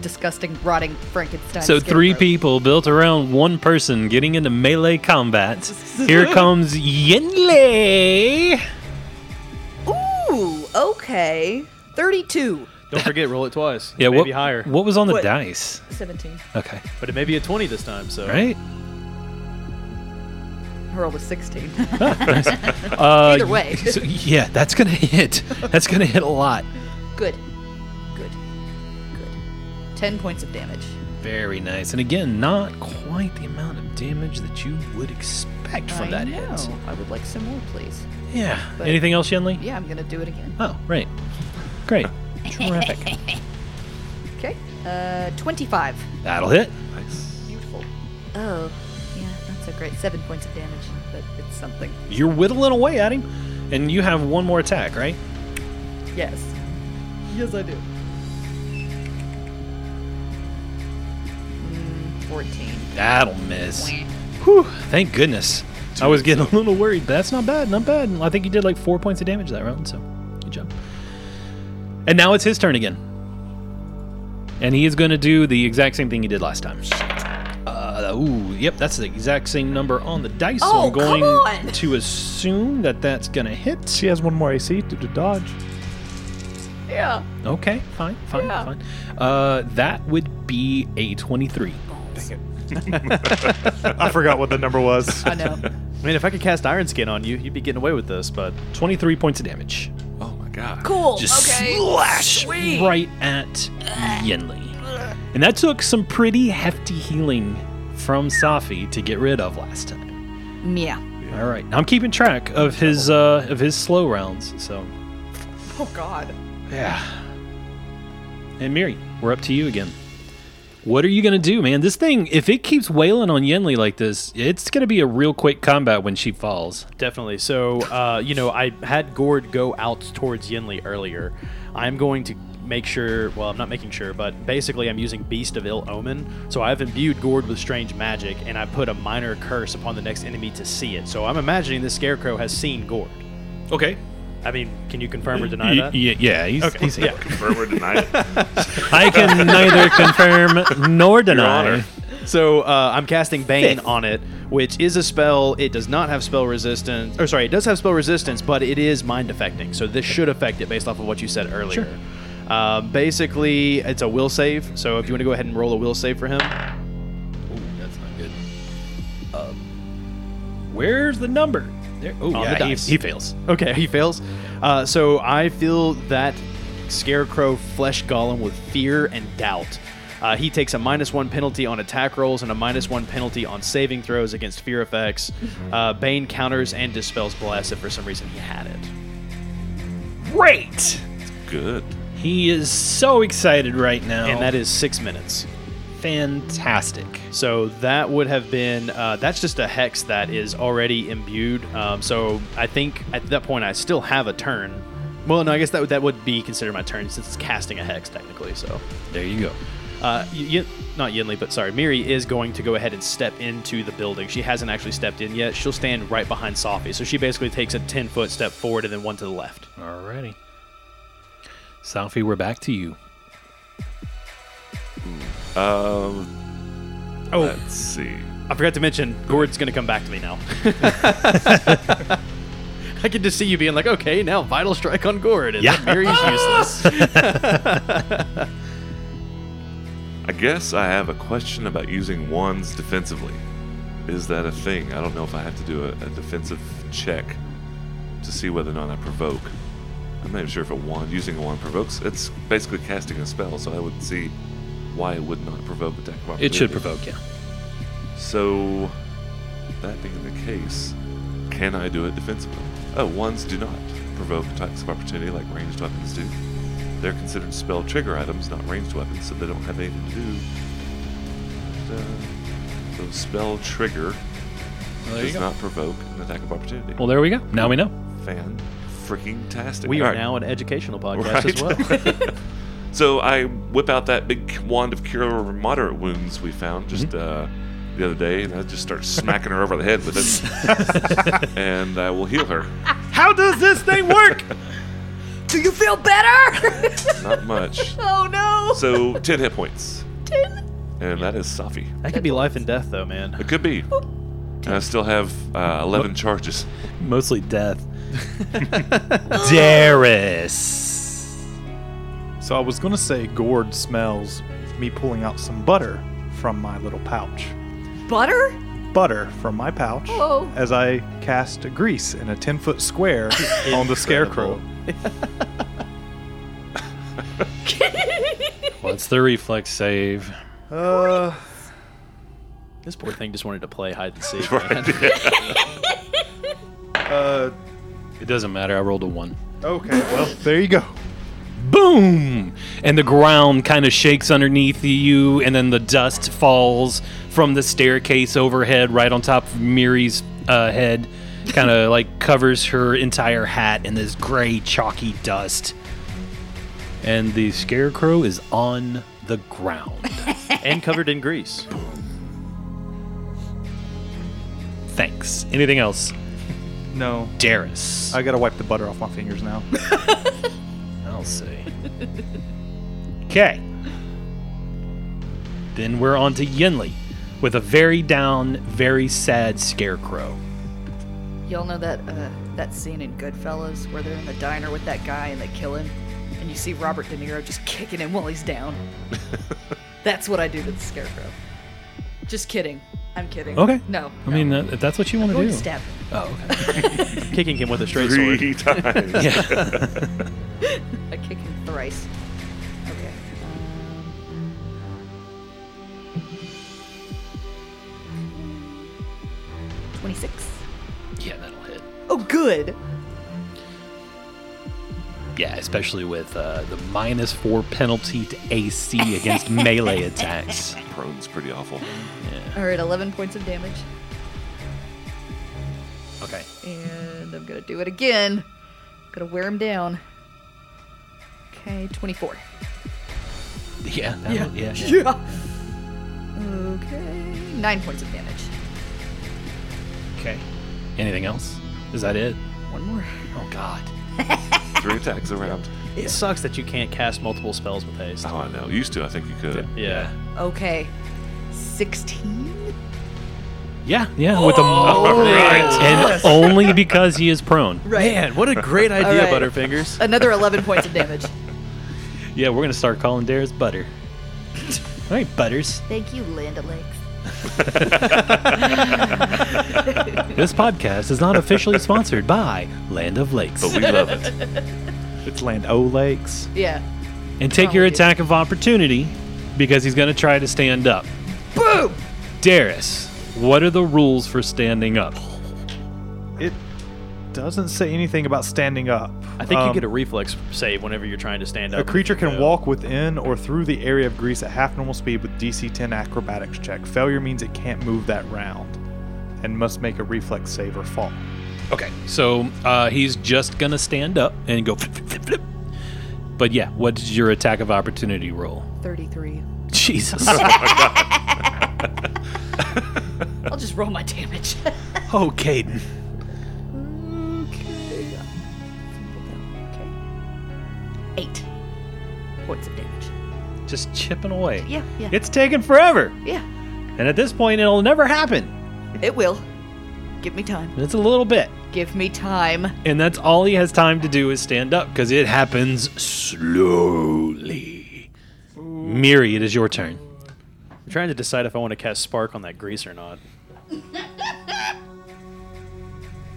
B: disgusting, rotting Frankenstein.
A: So three
B: scarecrow.
A: people built around one person getting into melee combat. Here comes Yinli.
B: Ooh. Okay. Thirty-two.
C: Don't forget, roll it twice.
A: Yeah,
C: maybe
A: what,
C: higher,
A: What was on the
B: What?
A: dice?
B: Seventeen.
A: Okay,
C: but it may be a twenty this time. So
A: right.
B: I rolled a sixteen.
A: Uh,
B: Either way.
A: so- yeah, that's gonna hit. That's gonna hit a lot.
B: Good. Good. Good. Ten points of damage.
A: Very nice. And again, not quite the amount of damage that you would expect from
B: I
A: that
B: know.
A: hit.
B: I would like some more, please.
A: Yeah.
B: But-
A: Anything else, Yinli?
B: Yeah, I'm gonna do it again.
A: Oh, right. Great. Terrific.
B: Okay. Uh, twenty-five.
A: That'll hit.
D: Nice.
B: Beautiful. Oh, yeah, not so great. Seven points of damage, but it's something.
A: You're whittling away at him, and you have one more attack, right?
B: Yes. Yes, I do. Mm, Fourteen.
A: That'll miss. Whew, thank goodness. I was getting a little worried, but that's not bad, not bad. I think you did like four points of damage that round, so good job. And now it's his turn again. And he is going to do the exact same thing he did last time. Uh, ooh, yep, that's the exact same number on the dice. so
B: Oh,
A: I'm going
B: come on!
A: to assume that that's going to hit.
E: She has one more AC to, to dodge.
B: Yeah.
A: Okay, fine, fine,
B: Yeah.
A: fine. Uh, that would be a 23.
E: I forgot what the number was.
B: I know.
C: I mean, if I could cast Iron Skin on you, you'd be getting away with this. But
A: 23 points of damage.
D: Oh my god.
B: Cool.
A: just
B: okay.
A: slash
B: Sweet.
A: right at Yenli. And that took some pretty hefty healing from Safi to get rid of last time.
B: Yeah.
A: All right, I'm keeping track of his uh, of his slow rounds. So
B: Oh God.
A: yeah. And Miri, we're up to you again. What are you gonna do, man? This thing, if it keeps wailing on Yenli like this, it's gonna be a real quick combat when she falls.
C: definitely. So, uh, you know, I had Gord go out towards Yinli earlier. I'm going to make sure. Well, I'm not making sure, but basically, I'm using Beast of Ill Omen. So I've imbued Gord with strange magic, and I put a minor curse upon the next enemy to see it. So I'm imagining this Scarecrow has seen Gord.
A: Okay.
C: I mean, can you confirm or deny that?
A: yeah, he's,
C: Okay,
A: he's
C: yeah.
D: Confirm or deny it.
A: I can neither confirm nor deny.
D: Honor.
C: So uh, I'm casting Bane on it, which is a spell. It does not have spell resistance. Or sorry, it does have spell resistance, but it is mind affecting. So this should affect it based off of what you said earlier. Uh, basically, it's a will save. So if you want to go ahead and roll a will save for him,
A: That's not good. Um, where's the number? There, oh,
C: On
A: yeah,
C: the
A: he,
C: dice.
A: he fails.
C: okay, he fails. Uh, so I feel that scarecrow flesh golem with fear and doubt. Uh, he takes a minus one penalty on attack rolls and a minus one penalty on saving throws against fear effects. Uh, Bane counters and dispels bless if for some reason he had it.
A: Great.
D: Good.
A: He is so excited right now,
C: and that is six minutes.
A: fantastic.
C: So that would have been uh, that's just a hex that is already imbued. Um, so I think at that point I still have a turn. Well, no, I guess that would, that would be considered my turn since it's casting a hex technically. So,
A: There you go.
C: uh, y- Yin- not Yinli, but sorry, Miri is going to go ahead and step into the building. She hasn't actually stepped in yet. She'll stand right behind Sophie. So she basically takes a ten foot step forward and then one to the left.
A: Alrighty, Sophie, we're back to you.
D: Um,
C: Oh,
D: let's see.
C: I forgot to mention Gord's going to come back to me now. I can just see you being like, okay, now vital strike on Gord, and
A: Yeah.
C: yeah. Mary's useless.
D: I guess I have a question about using wands defensively. Is that a thing? I don't know if I have to do a, a defensive check to see whether or not I provoke. I'm not even sure if a wand using a wand provokes. It's basically casting a spell, so I would see why it would not provoke attack. of
A: It should
D: opportunity.
A: provoke you.
D: So, that being the case, can I do it defensively? Oh, ones do not provoke attacks of opportunity like ranged weapons do. They're considered spell trigger items, not ranged weapons, so they don't have anything to do. Uh, So, spell trigger does not provoke an attack of opportunity.
A: Well, there we go. Now we know.
D: Fan freaking tastic.
C: we are now an educational podcast as well.
D: so I whip out that big wand of cure over moderate wounds we found just
C: Mm-hmm.
D: uh, the other day, and I just start smacking her over the head with it, and I will heal her.
E: How does this thing work?
B: Do you feel better?
D: Not much.
B: oh no.
D: So ten hit points,
B: Tin.
D: and that is Safi.
C: That could be life and death, though, man.
D: It could be. And I still have uh, eleven charges.
A: Mostly death. Darius.
E: So I was going to say Gord smells me pulling out some butter from my little pouch.
B: Butter?
E: Butter from my pouch
B: Oh.
E: as I cast grease in a 10 foot square on the scarecrow.
A: What's the reflex save?
E: Uh,
C: This poor thing just wanted to play hide and seek. man.
E: uh,
A: It doesn't matter. I rolled a one.
E: okay, well, there you go.
A: Boom! And the ground kind of shakes underneath you, and then the dust falls from the staircase overhead, right on top of Miri's uh, head. Kind of like covers her entire hat in this gray, chalky dust. And the scarecrow is on the ground.
C: and covered in grease.
A: Thanks. Anything else?
E: No,
A: Darius.
E: I gotta wipe the butter off my fingers now.
A: I'll see. Okay. Then we're on to Yinli with a very down, very sad scarecrow.
B: Y'all know that uh, that scene in Goodfellas where they're in the diner with that guy and they kill him, and you see Robert De Niro just kicking him while he's down. That's what I do to the scarecrow. Just kidding. I'm kidding.
A: Okay.
B: No.
A: I mean, that, if that's what you want to
B: Going
A: do.
B: to stab him.
A: Oh, okay.
C: Kicking him with a straight sword.
D: Three times.
A: yeah.
B: I kick him thrice. Okay. um, Twenty-six.
A: yeah, that'll hit.
B: Oh, good.
A: Yeah, especially with uh, the minus four penalty to AC against melee attacks.
D: Prone's pretty awful.
B: All right, eleven points of damage,
A: Okay.
B: and I'm gonna do it again. Gonna wear him down. Okay, twenty-four.
A: Yeah. Yeah. yeah, yeah.
B: Yeah. Okay, nine points of damage.
A: Okay. Anything else? Is that it?
B: One more.
A: Oh, God.
D: Three attacks around.
C: It sucks that you can't cast multiple spells with haste.
D: Oh, I know. Used to, I think you could.
C: Yeah.
B: Okay, sixteen.
A: Yeah, yeah, with a Oh! and only because he is prone.
B: Right.
C: Man, what a great idea,
B: All right.
C: Butterfingers.
B: Another eleven points of damage.
A: Yeah, we're gonna start calling Darius Butter. All right, Butters.
B: Thank you, Linda Lakes.
A: This podcast is not officially sponsored by Land of Lakes.
D: But we love it.
E: It's Land
A: Oh,
E: O Lakes.
B: Yeah.
A: And take your
B: Oh, dude.
A: attack of opportunity because he's gonna try to stand up.
B: Boom.
A: Darius, what are the rules for standing up?
E: It doesn't say anything about standing up.
C: I think you
E: Um,
C: get a reflex save whenever you're trying to stand up.
E: A creature can
C: Yeah.
E: walk within or through the area of grease at half normal speed with DC 10 acrobatics check. Failure means it can't move that round and must make a reflex save or fall.
A: Okay, so uh, he's just gonna stand up and go flip, flip, flip, flip. But yeah, what's your attack of opportunity roll?
B: Thirty-three.
A: Jesus.
B: I'll just roll my damage.
A: oh, Caden.
B: okay. Eight points of damage.
A: Just chipping away.
B: Yeah, yeah,
A: It's taking forever.
B: yeah.
A: And at this point, it'll never happen.
B: It will. Give me time.
A: It's a little bit.
B: Give me time.
A: And that's all he has time to do is stand up because it happens slowly. Miri, it is your turn.
C: I'm trying to decide if I want to cast Spark on that grease or not.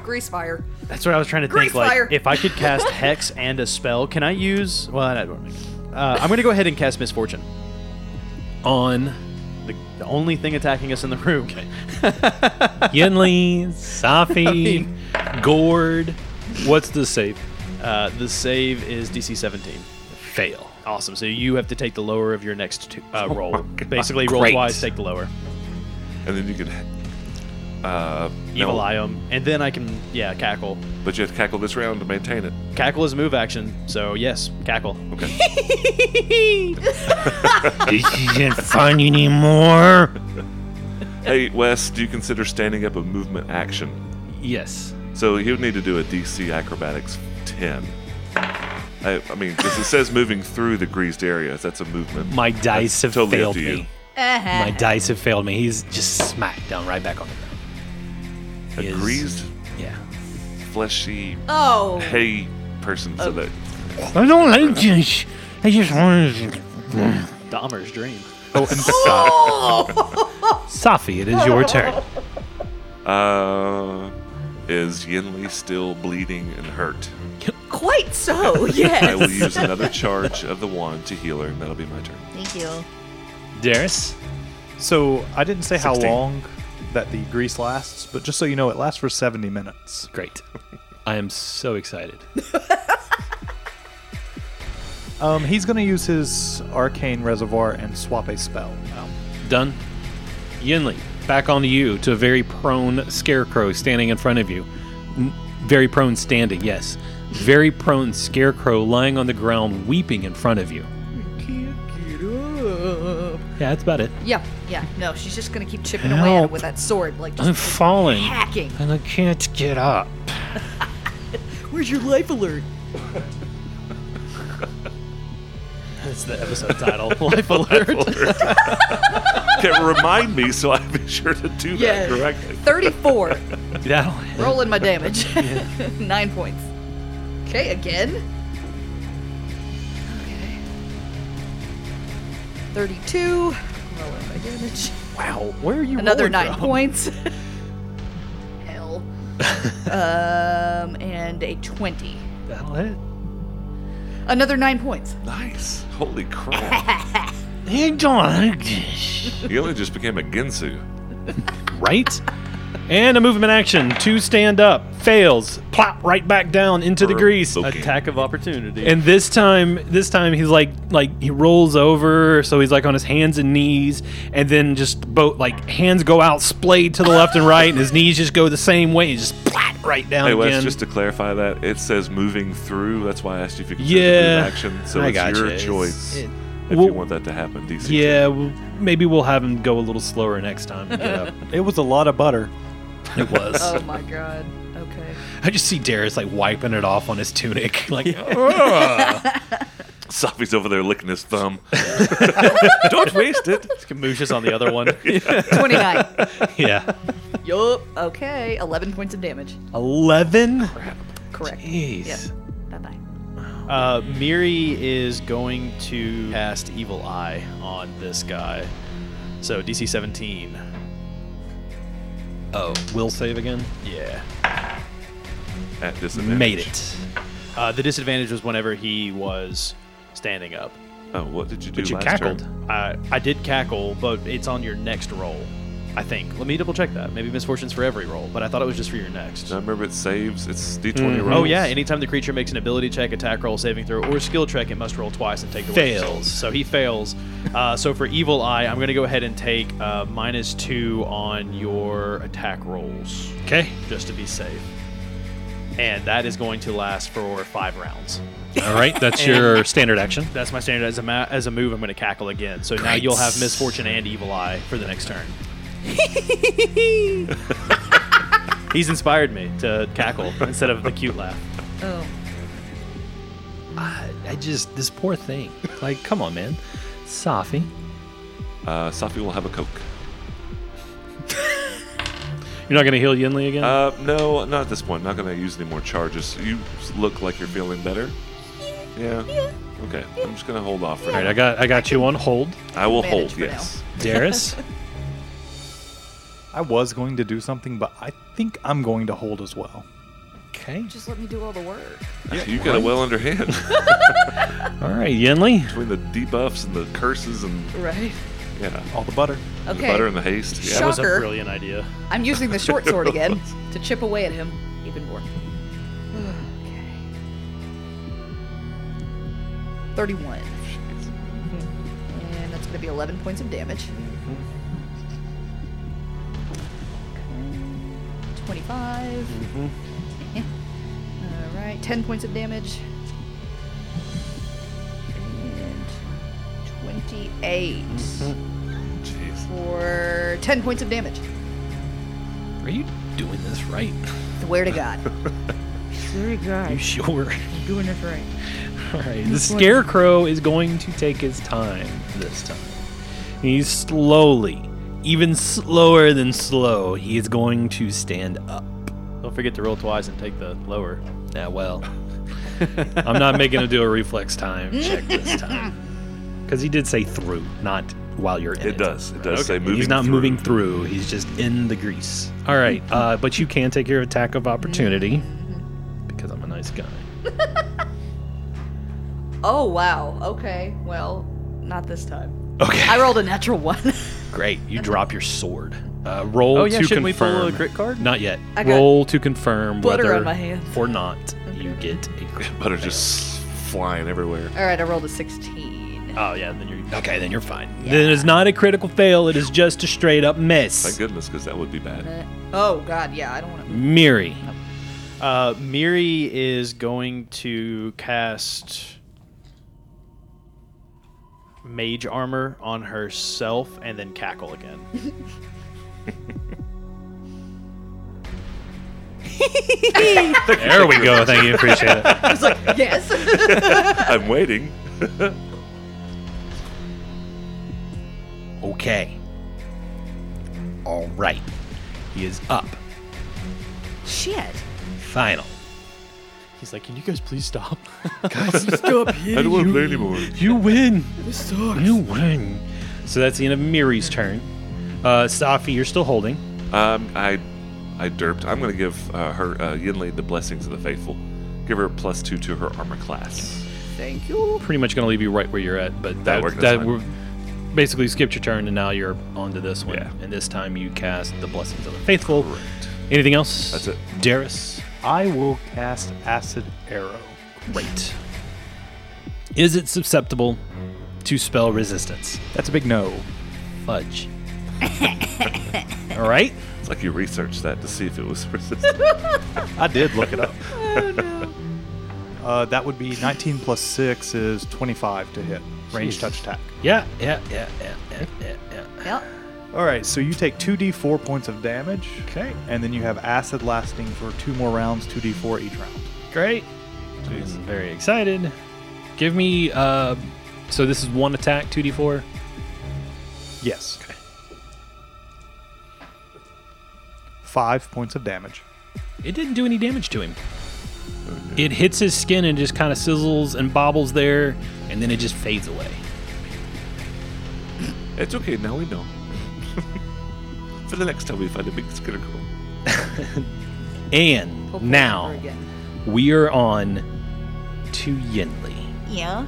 B: Grease fire.
C: That's what I was trying to
B: Grease
C: think. Like,
B: fire.
C: if I could cast Hex and a spell, can I use? Well, I don't. Uh, I'm going to go ahead and cast Misfortune.
A: On
C: The, the only thing attacking us in the room.
A: Yinli, Safi, Gord. What's the save?
C: Uh, the save is DC 17.
A: Fail.
C: Awesome. So you have to take the lower of your next two, uh, roll. Basically, roll
A: Great.
C: twice, take the lower.
D: and then you can. Uh,
C: Evil
D: no,
C: eye 'em. and then I can yeah cackle.
D: But you have to cackle this round to maintain it.
C: Cackle is a move action, so yes, cackle.
D: Okay.
F: This isn't fun anymore.
D: hey, Wes, do you consider standing up a movement action?
A: Yes.
D: So he would need to do a DC acrobatics 10. I, I mean, because it says moving through the greased areas. That's a movement.
A: My dice have
D: That's totally up
A: failed
D: to you.
A: me.
B: Uh-huh.
A: My dice have failed me. He's just smacked down right back on the ground.
D: a
A: is-
D: greased,
A: Yeah.
D: fleshy,
B: Oh.
D: hay person.
A: Oh.
D: So that
F: I don't like this. I just wanted to.
C: Dahmer's dream.
E: Oh,
A: Safi, it is your turn.
D: uh, is Yinli still bleeding and hurt?
B: Quite so,
D: I will
B: yes.
D: use another charge of the wand to heal her, and that'll be my turn.
B: Thank you.
A: Darius?
E: So I didn't say how
D: 16.
E: long that the grease lasts, but just so you know, it lasts for 70 minutes.
A: Great. I am so excited.
E: Um, he's going to use his arcane reservoir and swap a spell.
A: Done. Yinli, back onto you to a very prone scarecrow standing in front of you. N- Very prone standing, yes. Very prone scarecrow lying on the ground weeping in front of you. Yeah, that's about it.
B: Yeah, yeah. No, she's just gonna keep chipping away at it
F: Help.
B: with that sword, like
F: I'm
B: just
F: falling
B: hacking.
F: and I can't get up.
B: Where's your life alert?
C: That's the episode title. Life alert.
D: Okay, remind me so I be sure to do
B: Yeah.
D: that correctly.
B: Thirty-four.
A: That'll
B: Rolling my damage. Nine points. Okay, again. Okay. Thirty-two. Rolling my damage.
C: wow, where are you?
B: Another
C: rolling
B: nine
C: from?
B: points. Hell. um, and a twenty.
A: that'll hit.
B: Another nine points.
D: Nice. Holy crap.
F: I don't like this.
D: Yinli just became a Ginsu.
A: Right? And a movement action to stand up. Fails. Plop right back down into the grease.
D: Okay.
C: Attack of opportunity.
A: And this time, this time he's like, like he rolls over, so he's like on his hands and knees, and then just both like hands go out splayed to the left and right, and his knees just go the same way, and just plat right down
D: Hey, Wes,
A: again.
D: just to clarify that, it says moving through. That's why I asked you if you could
A: Yeah,
D: move action. So
A: I
D: it's
A: gotcha.
D: your
A: It's-
D: choice
A: it-
D: if
A: well,
D: you want that to happen. DC.
A: yeah, well, maybe we'll have him go a little slower next time. and get up.
E: It was a lot of butter.
A: it was.
B: Oh my god. Okay.
A: I just see Darius like wiping it off on his tunic, like
C: "Oh."
D: Safi's over there licking his thumb. Don't waste it.
C: Kamoosh is on the other one.
B: 29.
A: yeah,
B: yup. Okay. 11 points of damage.
A: eleven.
B: Correct.
A: Jeez.
B: Yeah. Bye bye.
C: Uh, Miri is going to cast Evil Eye on this guy. So DC 17.
A: Oh, will save again.
C: Yeah.
D: At disadvantage.
A: Made it.
C: Uh, the disadvantage was whenever he was standing up.
D: Oh, what did you do
A: But you
D: last
A: cackled.
D: turn?
C: I, I did cackle, but it's on your next roll, I think. Let me double check that. Maybe misfortune's for every roll, but I thought it was just for your next.
D: I remember it saves. It's D20
A: Mhm.
D: rolls.
C: Oh yeah! Anytime the creature makes an ability check, attack roll, saving throw, or skill check, it must roll twice and take the worst
A: Fails.
C: results. So he fails. Uh, so for evil eye, I'm going to go ahead and take uh, minus two on your attack rolls
A: Okay.
C: just to be safe, and that is going to last for five rounds.
A: All right, that's your standard action.
C: That's my standard as a ma- as a move. I'm going to cackle again. So now you'll have misfortune and evil eye for the next turn. He's inspired me to cackle instead of the cute laugh.
B: Oh.
A: I, I just this poor thing. Like, come on, man. Safi,
D: Uh, Safi will have a coke.
A: You're not going to heal Yinli again?
D: Uh, no, not at this point. Not going to use any more charges. You s- look like you're feeling better. Yeah. Okay. I'm just going to hold off for
A: All right,
D: now.
A: I got I got you on hold,
D: I will
B: Manage
D: hold,
B: for now.
D: yes.
A: Darius.
E: I was going to do something, but I think I'm going to hold as well.
A: okay.
B: Just let me do all the work.
D: you got it well underhand
A: All right, Yinli.
D: between the debuffs and the curses and,
B: Right.
D: yeah,
E: All the butter.
D: the
B: Okay.
D: butter and the haste. Yeah.
C: That was a
B: Shocker.
C: brilliant idea.
B: I'm using the short sword again to chip away at him even more. okay. 31. And that's going to be 11 points of damage. 25. All right, 10 points of damage. And 28
D: Jeez.
B: for 10 points of damage.
A: Are you doing this right?
B: Swear to God.
A: You sure?
B: Doing this right.
A: All right. The scarecrow is going to take his time this time. He's slowly, even slower than slow, he is going to stand up.
C: Don't forget to roll twice and take the lower.
A: Ah, well. I'm not making him do a reflex time check this time. Because he did say through, not while you're in it.
D: It does. It does say
A: And
D: moving
A: he's not
D: through.
A: moving through. He's just in the grease. All right, uh, but you can take your attack of opportunity
B: Mm-hmm.
A: because I'm a nice guy.
B: Oh wow. Okay. Well, not this time.
A: Okay.
B: I rolled a natural one.
A: Great. You drop your sword. Uh, roll
C: Oh, yeah,
A: to confirm.
C: shouldn't we pull a crit card?
A: Not yet.
B: I got
A: roll to confirm
B: butter
A: whether
B: on my hands.
A: or not you get a crit.
D: Butter just flying everywhere.
B: All right. I rolled a sixteen.
C: Oh yeah, then you're
A: Okay, then you're fine. Then it's not a critical fail. It is just a straight up
D: Thank
A: miss.
D: goodness, because that would be bad.
B: Oh god. Yeah. I don't want to.
A: Miri.
C: Uh, Miri is going to cast mage armor on herself and then cackle again.
A: There we go. Thank you. Appreciate it.
B: I was like, yes.
D: I'm waiting.
A: Okay. All right. He is up.
B: Shit.
A: Final.
C: He's like, "Can you guys please stop?"
D: I don't want to play anymore.
A: You win. You win. So that's the end of Miri's turn. Uh, Safi, you're still holding.
D: Um, I, I derped. I'm going to give uh, her uh, Yinli the blessings of the faithful. Give her a plus two to her armor class.
B: Thank you.
A: Pretty much going to leave you right where you're at, but
D: That
A: that
D: worked,
A: that
D: that's fine.
A: were- basically skipped your turn, and now you're onto this one.
D: Yeah.
A: And this time you cast the blessings of the faithful. Anything else?
D: That's it.
A: Darius.
E: I will cast Acid Arrow.
A: Great. Is it susceptible to spell resistance?
E: That's a big no.
A: Fudge. All right.
D: It's like you researched that to see if it was resistant.
E: I did look it up. oh, no. Uh, that would be 19 plus 6 is 25 to hit. Range
A: Jeez.
E: touch attack.
A: Yeah, yeah, yeah, yeah, yeah, yeah, yeah.
B: Yep.
E: All right, so you take 2d4 points of damage.
A: Okay.
E: And then you have acid lasting for two more rounds, 2d4 each round.
A: Great. I'm very excited. Give me. Uh, so this is one attack, two d four.
E: Yes. Five points of damage.
A: It didn't do any damage to him. It hits his skin and just kind of sizzles and bobbles there, and then it just fades away.
D: it's okay, now we know. For the next time we find a big scarecrow.
A: And
B: Hopefully
A: now
B: never again.
A: we are on to Yinli.
B: Yeah.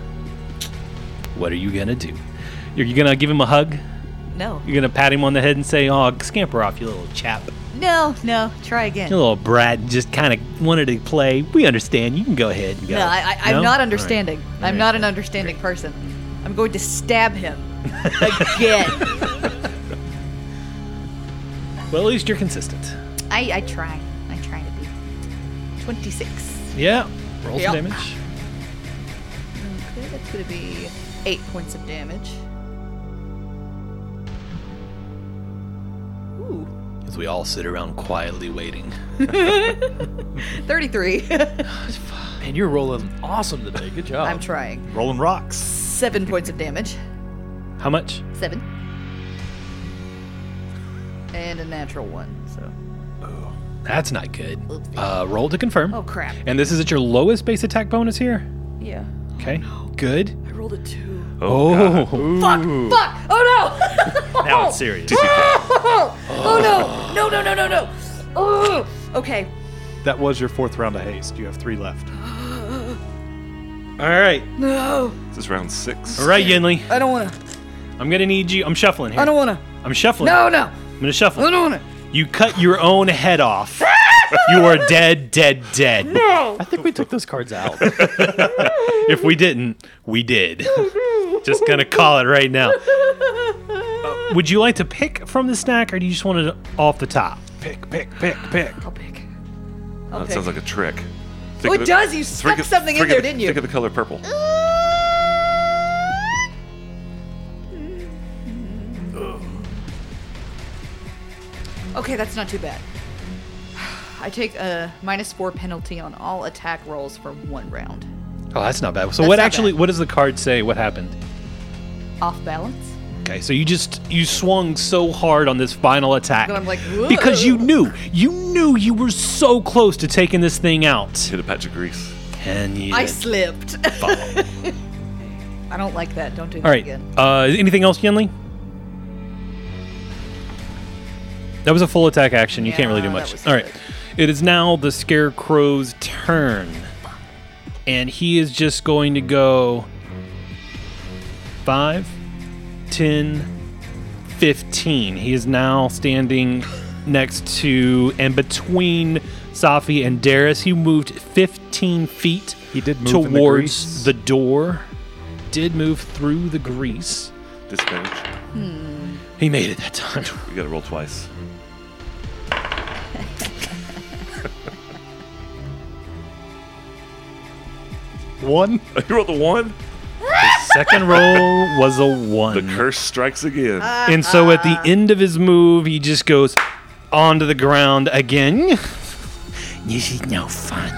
A: What are you gonna do? Are you gonna give him a hug?
B: No.
A: You're gonna pat him on the head and say, "Oh, scamper off, you little chap,
B: No. No. Try again.
A: you little brat, just kind of wanted to play. We understand. You can go ahead." And go.
B: No. I, I, I'm
A: No?
B: not understanding.
A: right.
B: I'm not an understanding person. I'm going to stab him again.
A: Well, at least you're consistent.
B: I I try. I try to be. Twenty six.
A: Yeah. Roll
B: Yep.
A: some damage.
B: Okay, that's gonna be eight points of damage. Ooh,
A: As we all sit around quietly waiting.
B: 33.
C: Man, you're rolling awesome today. Good job.
B: I'm trying.
E: Rolling rocks.
B: Seven points of damage.
A: How much?
B: Seven. and a natural one. So.
A: That's not good. Uh, roll to confirm.
B: Oh crap.
A: And this is at your lowest base attack bonus here.
B: Yeah.
A: Okay. Good.
B: I rolled a two.
A: Oh,
B: Fuck! Fuck! Oh no!
C: Now it's serious.
B: Oh, no! No! No! No! No! No! Oh. Okay.
E: That was your fourth round of haste. You have three left.
A: all right,
B: No.
D: This is round six.
A: all right, Yinli.
B: I don't wanna.
A: I'm gonna need you. I'm shuffling here.
B: I don't wanna.
A: I'm shuffling.
B: No! No!
A: I'm gonna shuffle.
B: I don't wanna.
A: You cut your own head off. you are dead, dead, dead.
C: I think we took those cards out.
A: If we didn't, we did. just gonna call it right now. Uh, would you like to pick from the snack, or do you just want it off the top?
E: Pick, pick, pick, pick.
B: I'll pick. I'll
D: That
B: pick.
D: sounds like a trick. Think
B: Oh,
D: of
B: it does! You stuck
D: think of-
B: something in
D: think of
B: there,
D: the-
B: didn't you?
D: Think of the color purple.
B: Okay, that's not too bad. I take a minus four penalty on all attack rolls for one round.
A: Oh, that's not bad. So
B: That's
A: what
B: not
A: actually?
B: bad.
A: What does the card say? What happened?
B: Off balance.
A: Okay, so you just you swung so hard on this final attack
B: That I'm like,
A: because you
B: "Whoa."
A: knew you knew you were so close to taking this thing out,
D: Hit a patch of grease.
A: and you.
B: I
A: did.
B: slipped. I don't like that. Don't do that
A: All right.
B: again.
A: Uh, anything else, Yinli? That was a full attack action. You can't really do
B: Yeah, that
A: much.
B: was
A: All right.
B: good.
A: It is now the Scarecrow's turn. And he is just going to go 5, 10, 15. He is now standing next to and between Safi and Darius. He moved 15 feet
E: He did move in the
A: towards
E: grease.
A: the door did move through the grease.
D: Disadvantage.
A: He made it that time.
D: You got to roll twice.
E: One.
D: you rolled the one.
A: Second roll was a one.
C: Mm-hmm.
D: The curse strikes again.
B: Uh,
A: and so at the end of his move, he just goes onto the ground again. This is no fun.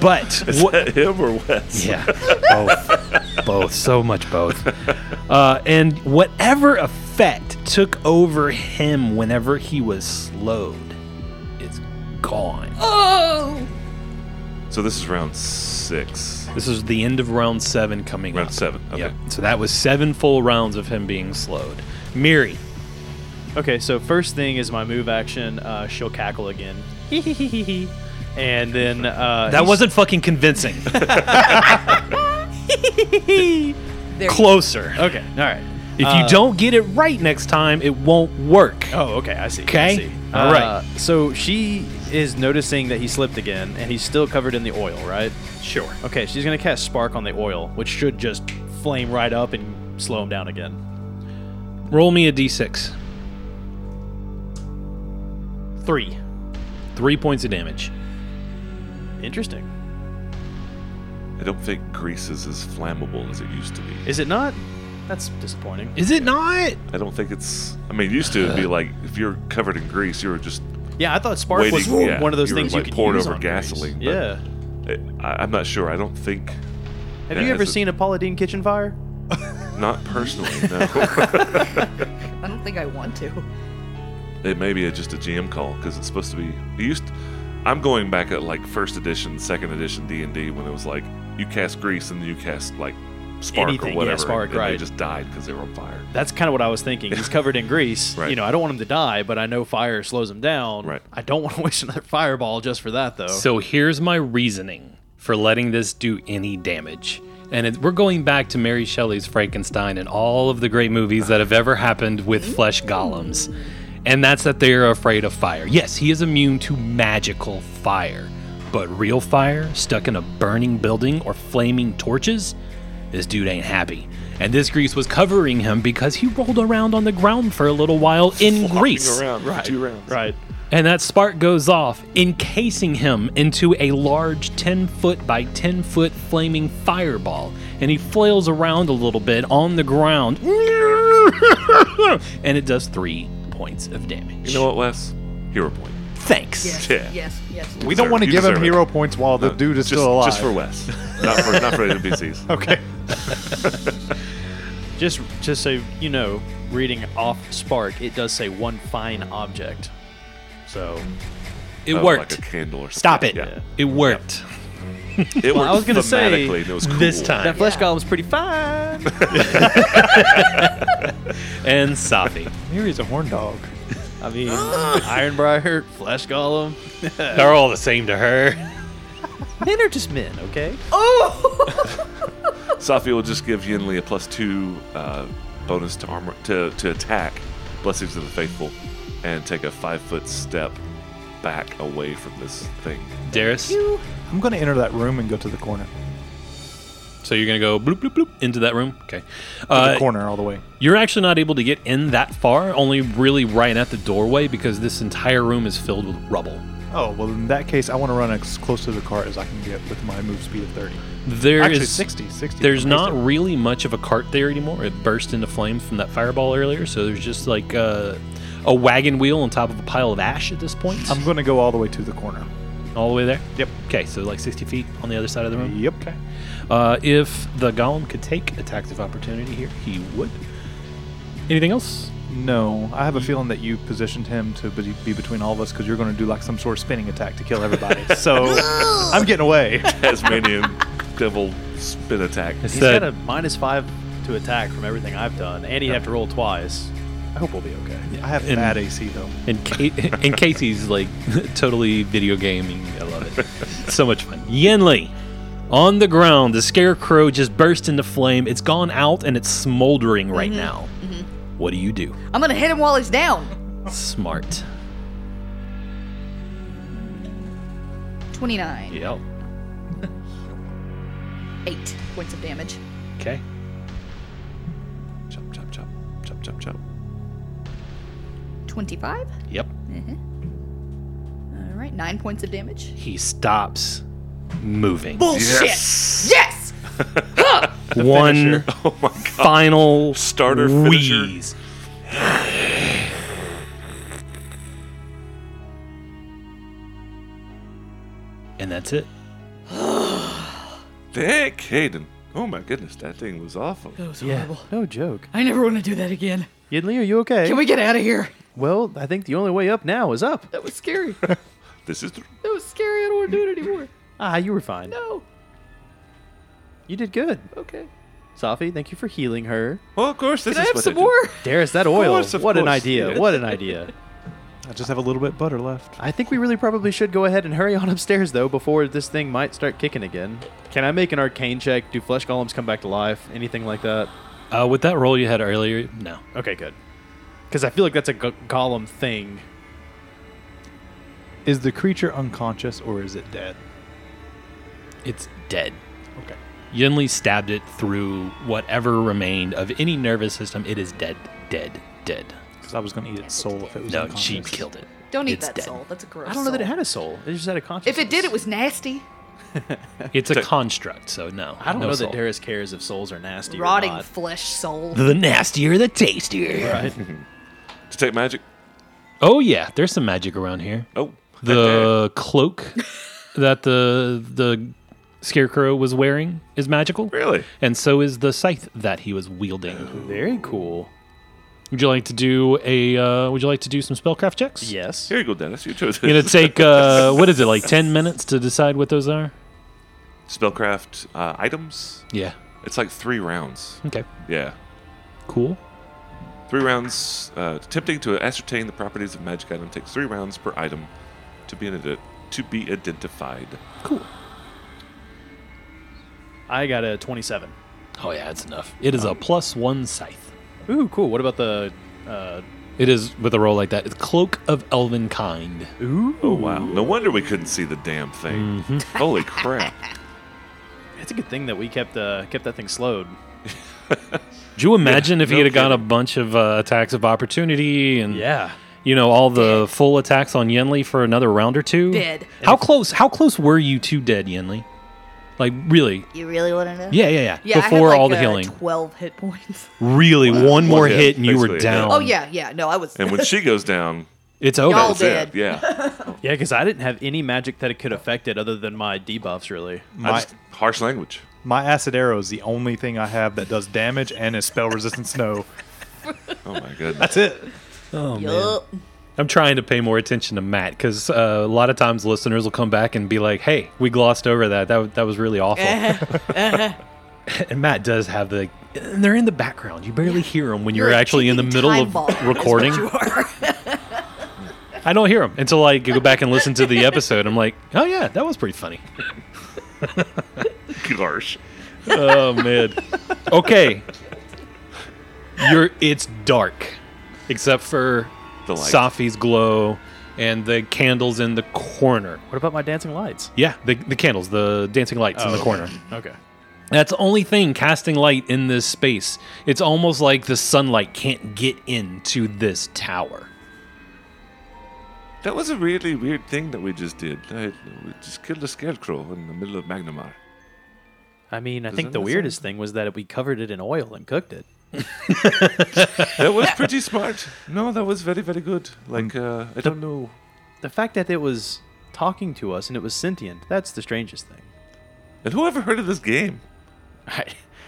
A: but
D: Is
A: what?
D: that him or Wes?
A: Yeah, both, both, so much both. Uh, and whatever effect took over him whenever he was slowed is gone.
B: Oh!
D: So this is round six.
A: This is the end of round seven coming
D: Round
A: up.
D: seven, okay.
A: Yep. So that was seven full rounds of him being slowed. Miri.
C: Okay, so first thing is my move action. Uh, she'll cackle again. and then uh,
A: That
C: he's-
A: wasn't fucking convincing.
B: There you
A: Closer.
C: okay. All right.
A: If
C: Uh,
A: you don't get it right next time, it won't work.
C: Oh, okay. I see. I
A: Okay.
C: see.
A: All right.
C: Uh, So she is noticing that he slipped again, and he's still covered in the oil, right?
A: Sure.
C: Okay, she's gonna cast spark on the oil, which should just flame right up and slow him down again.
A: Roll me a d6.
C: Three.
A: Three points of damage.
C: Interesting.
D: I don't think grease is as flammable as it used to be.
C: Is it not? That's disappointing.
A: Is it not?
D: I don't think it's. I mean, it used to be like if you're covered in grease, you were just.
C: Yeah, I thought spark
D: Waiting,
C: was
D: yeah,
C: one of those
D: you were,
C: things
D: like,
C: you could
D: poured
C: use
D: over
C: on
D: gasoline,
C: grease. Yeah.
D: but- I, I'm not sure. I don't think.
C: Have
D: Yeah,
C: you ever
D: it's a-
C: seen a Paula Deen kitchen fire?
D: Not personally, no.
B: go. I don't think I want to.
D: it may be a, just a GM call because it's supposed to be. It used. I'm going back at like first edition, second edition D and D when it was like you cast grease and you cast like spark
C: Anything,
D: or
C: yeah,
D: whatever,
C: spark,
D: and they
C: right.
D: just died because they were on fire.
C: That's kind of what I was thinking. He's covered in grease.
D: Right.
C: You know, I don't want him to die, but I know fire slows him down.
D: Right.
C: I don't want to waste another fireball just for that, though.
A: So here's my reasoning for letting this do any damage. And it, we're going back to Mary Shelley's Frankenstein and all of the great movies that have ever happened with flesh golems. And that's that they are afraid of fire. Yes, he is immune to magical fire, but real fire stuck in a burning building or flaming torches, this dude ain't happy. And this grease was covering him because he rolled around on the ground for a little while in grease.
D: Around right. two rounds.
C: right.
A: And that spark goes off, encasing him into a large 10 foot by 10 foot flaming fireball. And he flails around a little bit on the ground. and it does three points of damage.
D: You know what, Wes? Hero point.
A: Thanks.
B: Yes.
D: Yeah.
B: Yes. Yes.
E: We don't want to
D: You
E: give him
D: deserve it.
E: hero points while the dude is
D: just,
E: still alive.
D: Just for Wes, not for not for NPCs.
E: Okay.
C: Just just so you know, reading off Spark, it does say one fine object. So
A: It
D: Oh,
A: worked.
D: Like a candle or
A: Stop it.
D: something.
A: It worked.
D: Yeah. It
C: Well, I was
D: worked
C: gonna say
D: thematically, and it was cool.
A: this time.
C: that flesh
B: Yeah.
C: golem's pretty fine.
A: And Safi.
E: Miri's a horn dog.
C: I mean, Ironbriar, flesh golem,
A: They're all the same to her.
C: men are just men, okay?
D: Safi will just give Yinli a plus two uh, bonus to armor to, to attack, blessings of the faithful, and take a five foot step back away from this thing.
A: Darius.
E: I'm going to enter that room and go to the corner.
A: So you're gonna go bloop bloop bloop into that room. Okay.
E: The
A: Uh,
E: corner all the way.
A: you're actually not able to get in that far, only really right at the doorway because this entire room is filled with rubble.
E: Oh, well, in that case, I want to run as close to the cart as I can get with my move speed of 30.
A: There
E: Actually,
A: is-
E: 60, 60.
A: There's
E: I'm
A: not
E: wasted.
A: really much of a cart there anymore. It burst into flame from that fireball earlier, so there's just like a, a wagon wheel on top of a pile of ash at this point.
E: I'm going to go all the way to the corner.
A: all the way there.
E: Um, Yep.
A: Okay, so like 60 feet on the other side of the room.
E: Yep.
A: Okay. Uh, if the golem could take attacks of opportunity here, he would. Anything else?
E: No, I have a feeling that you positioned him to be be between all of us because you're going to do like some sort of spinning attack to kill everybody. so I'm getting away.
D: Tasmanian devil spin attack.
A: It's
C: He's
A: that-
C: got a minus five to attack from everything I've done, and he'd have to roll twice.
E: I hope we'll be okay. I have
A: And-
E: bad AC though.
A: in, ca- in case he's like totally video gaming. I love it. so much fun. Yenli. On the ground, the scarecrow just burst into flame. It's gone out and it's smoldering right now. What do you do?
B: I'm gonna hit him while he's down.
A: Smart.
B: 29.
A: Yep.
B: Eight points of damage.
A: Okay.
D: Chop, chop, chop, chop, chop, chop.
B: 25?
A: Yep.
B: All right, nine points of damage.
A: He stops moving.
B: Bullshit!
D: Yes.
B: Yes!
A: One
D: Oh my god.
A: final
D: Starter finisher.
A: wheeze. And that's it.
D: Dick Hayden. Oh my goodness, that thing was awful.
B: That was horrible.
C: No joke.
B: I never want to do that again.
C: Yidley, are you okay?
B: Can we get out of here?
C: well, I think the only way up now is up.
B: That was scary. that
D: This is the
B: was scary. I don't want to do it anymore.
C: Ah, you were fine.
B: No.
C: You did good.
B: Okay.
C: Safi, thank you for healing her.
D: Well, of course, this
B: Can I
D: is
B: have
D: what
B: some
D: they do.
B: more?
C: Darius, that oil.
D: course, of
C: what an
D: course.
C: idea. What an idea.
E: I just have a little bit butter left.
C: I think we really probably should go ahead and hurry on upstairs, though, before this thing might start kicking again. Can I make an arcane check? Do flesh golems come back to life? Anything like that?
A: Uh, with that roll you had earlier, no.
C: Okay, good. Because I feel like that's a go- golem thing.
E: Is the creature unconscious or is it dead?
A: It's dead.
E: Okay.
A: Yunli stabbed it through whatever remained of any nervous system. It is dead, dead, dead.
E: Because I was going to eat its soul if it was
A: No,
E: unconscious.
A: she killed it.
B: Don't eat
A: It's
B: that
A: dead.
B: soul. That's a gross.
C: I don't know that it
B: soul.
C: had a soul. It just had a consciousness.
B: If it did, it was nasty.
A: It's a construct, so no.
C: I don't
A: no
C: know
A: soul.
C: that Darius cares if souls are nasty or
B: Rotting
C: not.
B: flesh soul.
A: The nastier, the tastier.
C: Right.
D: Detect magic.
A: Oh yeah, there's some magic around here.
D: Oh,
A: The cloak that the the scarecrow was wearing is magical,
D: really?
A: and so is the scythe that he was wielding.
C: Very cool.
A: Would you like to do a? Uh, would you like to do some spellcraft checks?
C: Yes.
D: Here you go, Dennis. You chose
A: You're
D: it.
A: gonna take uh, what is it like ten minutes to decide what those are?
D: Spellcraft uh, items.
A: Yeah.
D: It's like three rounds.
A: Okay.
D: Yeah.
A: Cool.
D: Three rounds. Uh, attempting to ascertain the properties of magic item takes three rounds per item to be ident- to be identified.
A: Cool.
C: I got a 27.
A: Oh yeah, that's enough. It is a plus one scythe.
C: Ooh, cool. What about the. Uh,
A: It is with a roll like that. It's cloak of elven kind.
C: ooh.
D: Oh wow! No wonder we couldn't see the damn thing. Holy crap!
C: It's a good thing that we kept uh, kept that thing slowed.
A: Do you imagine if he
D: no
A: had got a
D: kidding.
A: bunch of uh, attacks of opportunity and
C: Yeah.
A: you know all the full attacks on Yenli for another round or two?
B: Dead.
A: How close? How close were you to dead, Yenli? Like really?
B: You really want to know?
A: Yeah, yeah, yeah.
B: Yeah, I had,
A: Before
B: like,
A: all the
B: uh,
A: healing,
B: 12 hit points.
A: really, one more
D: hit,
A: hit and you were
D: basically, yeah.
A: down.
B: Oh, yeah, yeah. No, I was.
D: And when she goes down,
A: it's over.
B: Y'all
D: that's it.
B: Dead.
D: Yeah.
C: Yeah, because I didn't have any magic that it could affect it other than my debuffs, really.
D: I just, harsh language.
E: My acid arrow is the only thing I have that does damage and is spell resistant snow.
D: Oh my goodness.
E: That's it.
B: Yup.
A: I'm trying to pay more attention to Matt because uh, a lot of times listeners will come back and be like, "Hey, we glossed over that. That w- that was really awful."
B: Uh-huh.
A: and Matt does have the. And they're in the background. You barely hear them when you're,
B: You're a
A: actually in the
B: ticking
A: middle
B: time
A: of
B: bomb, is what
A: recording.
B: you are.
A: I don't hear them until I go back and listen to the episode. I'm like, "Oh yeah, that was pretty funny."
D: Gosh.
A: Oh man. Okay. You're. It's dark, except for
D: The light.
A: Safi's glow and the candles in the corner.
C: What about my dancing lights?
A: Yeah, the, the candles, the dancing lights
E: Oh,
A: in the corner.
C: Okay.
A: That's the only thing casting light in this space. It's almost like the sunlight can't get into this tower.
D: That was a really weird thing that we just did. I, we just killed a scarecrow in the middle of Magnamar.
C: I mean, I
D: Doesn't
C: think the
D: that
C: weirdest thing was that we covered it in oil and cooked it.
D: That was pretty smart. No, that was very, very good. Like, uh, I don't know.
C: The fact that it was talking to us and it was sentient, that's the strangest thing.
D: And who ever heard of this game?
C: I,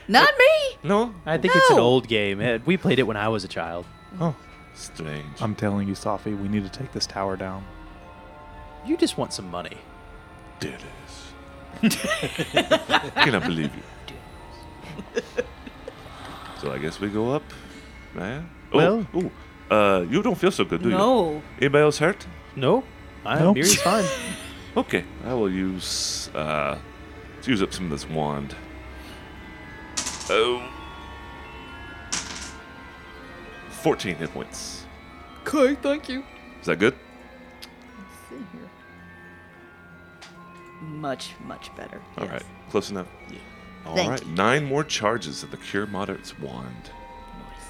B: Not me.
D: No?
C: I think it's an
B: No.
C: old game. It- we played it when I was a child.
E: Oh,
D: Strange.
E: I'm telling you, Safi, we need to take this tower down.
C: You just want some money.
D: Dennis. Cannot believe you. so I guess we go up, Maya. Oh,
C: Well-
D: ooh, uh, you don't feel so good, do you?
B: No.
D: Anybody else hurt?
C: No, I
E: No.
C: am Miri's fine.
D: Okay, I will use uh, let's use up some of this wand. Oh. 14 hit points.
B: Okay, thank you.
D: Is that good?
B: See here. Much, much better.
D: All
B: yes.
D: right, close enough. Yeah. All
B: Thank
D: right, nine more charges of the Cure Moderate's wand.
B: Nice.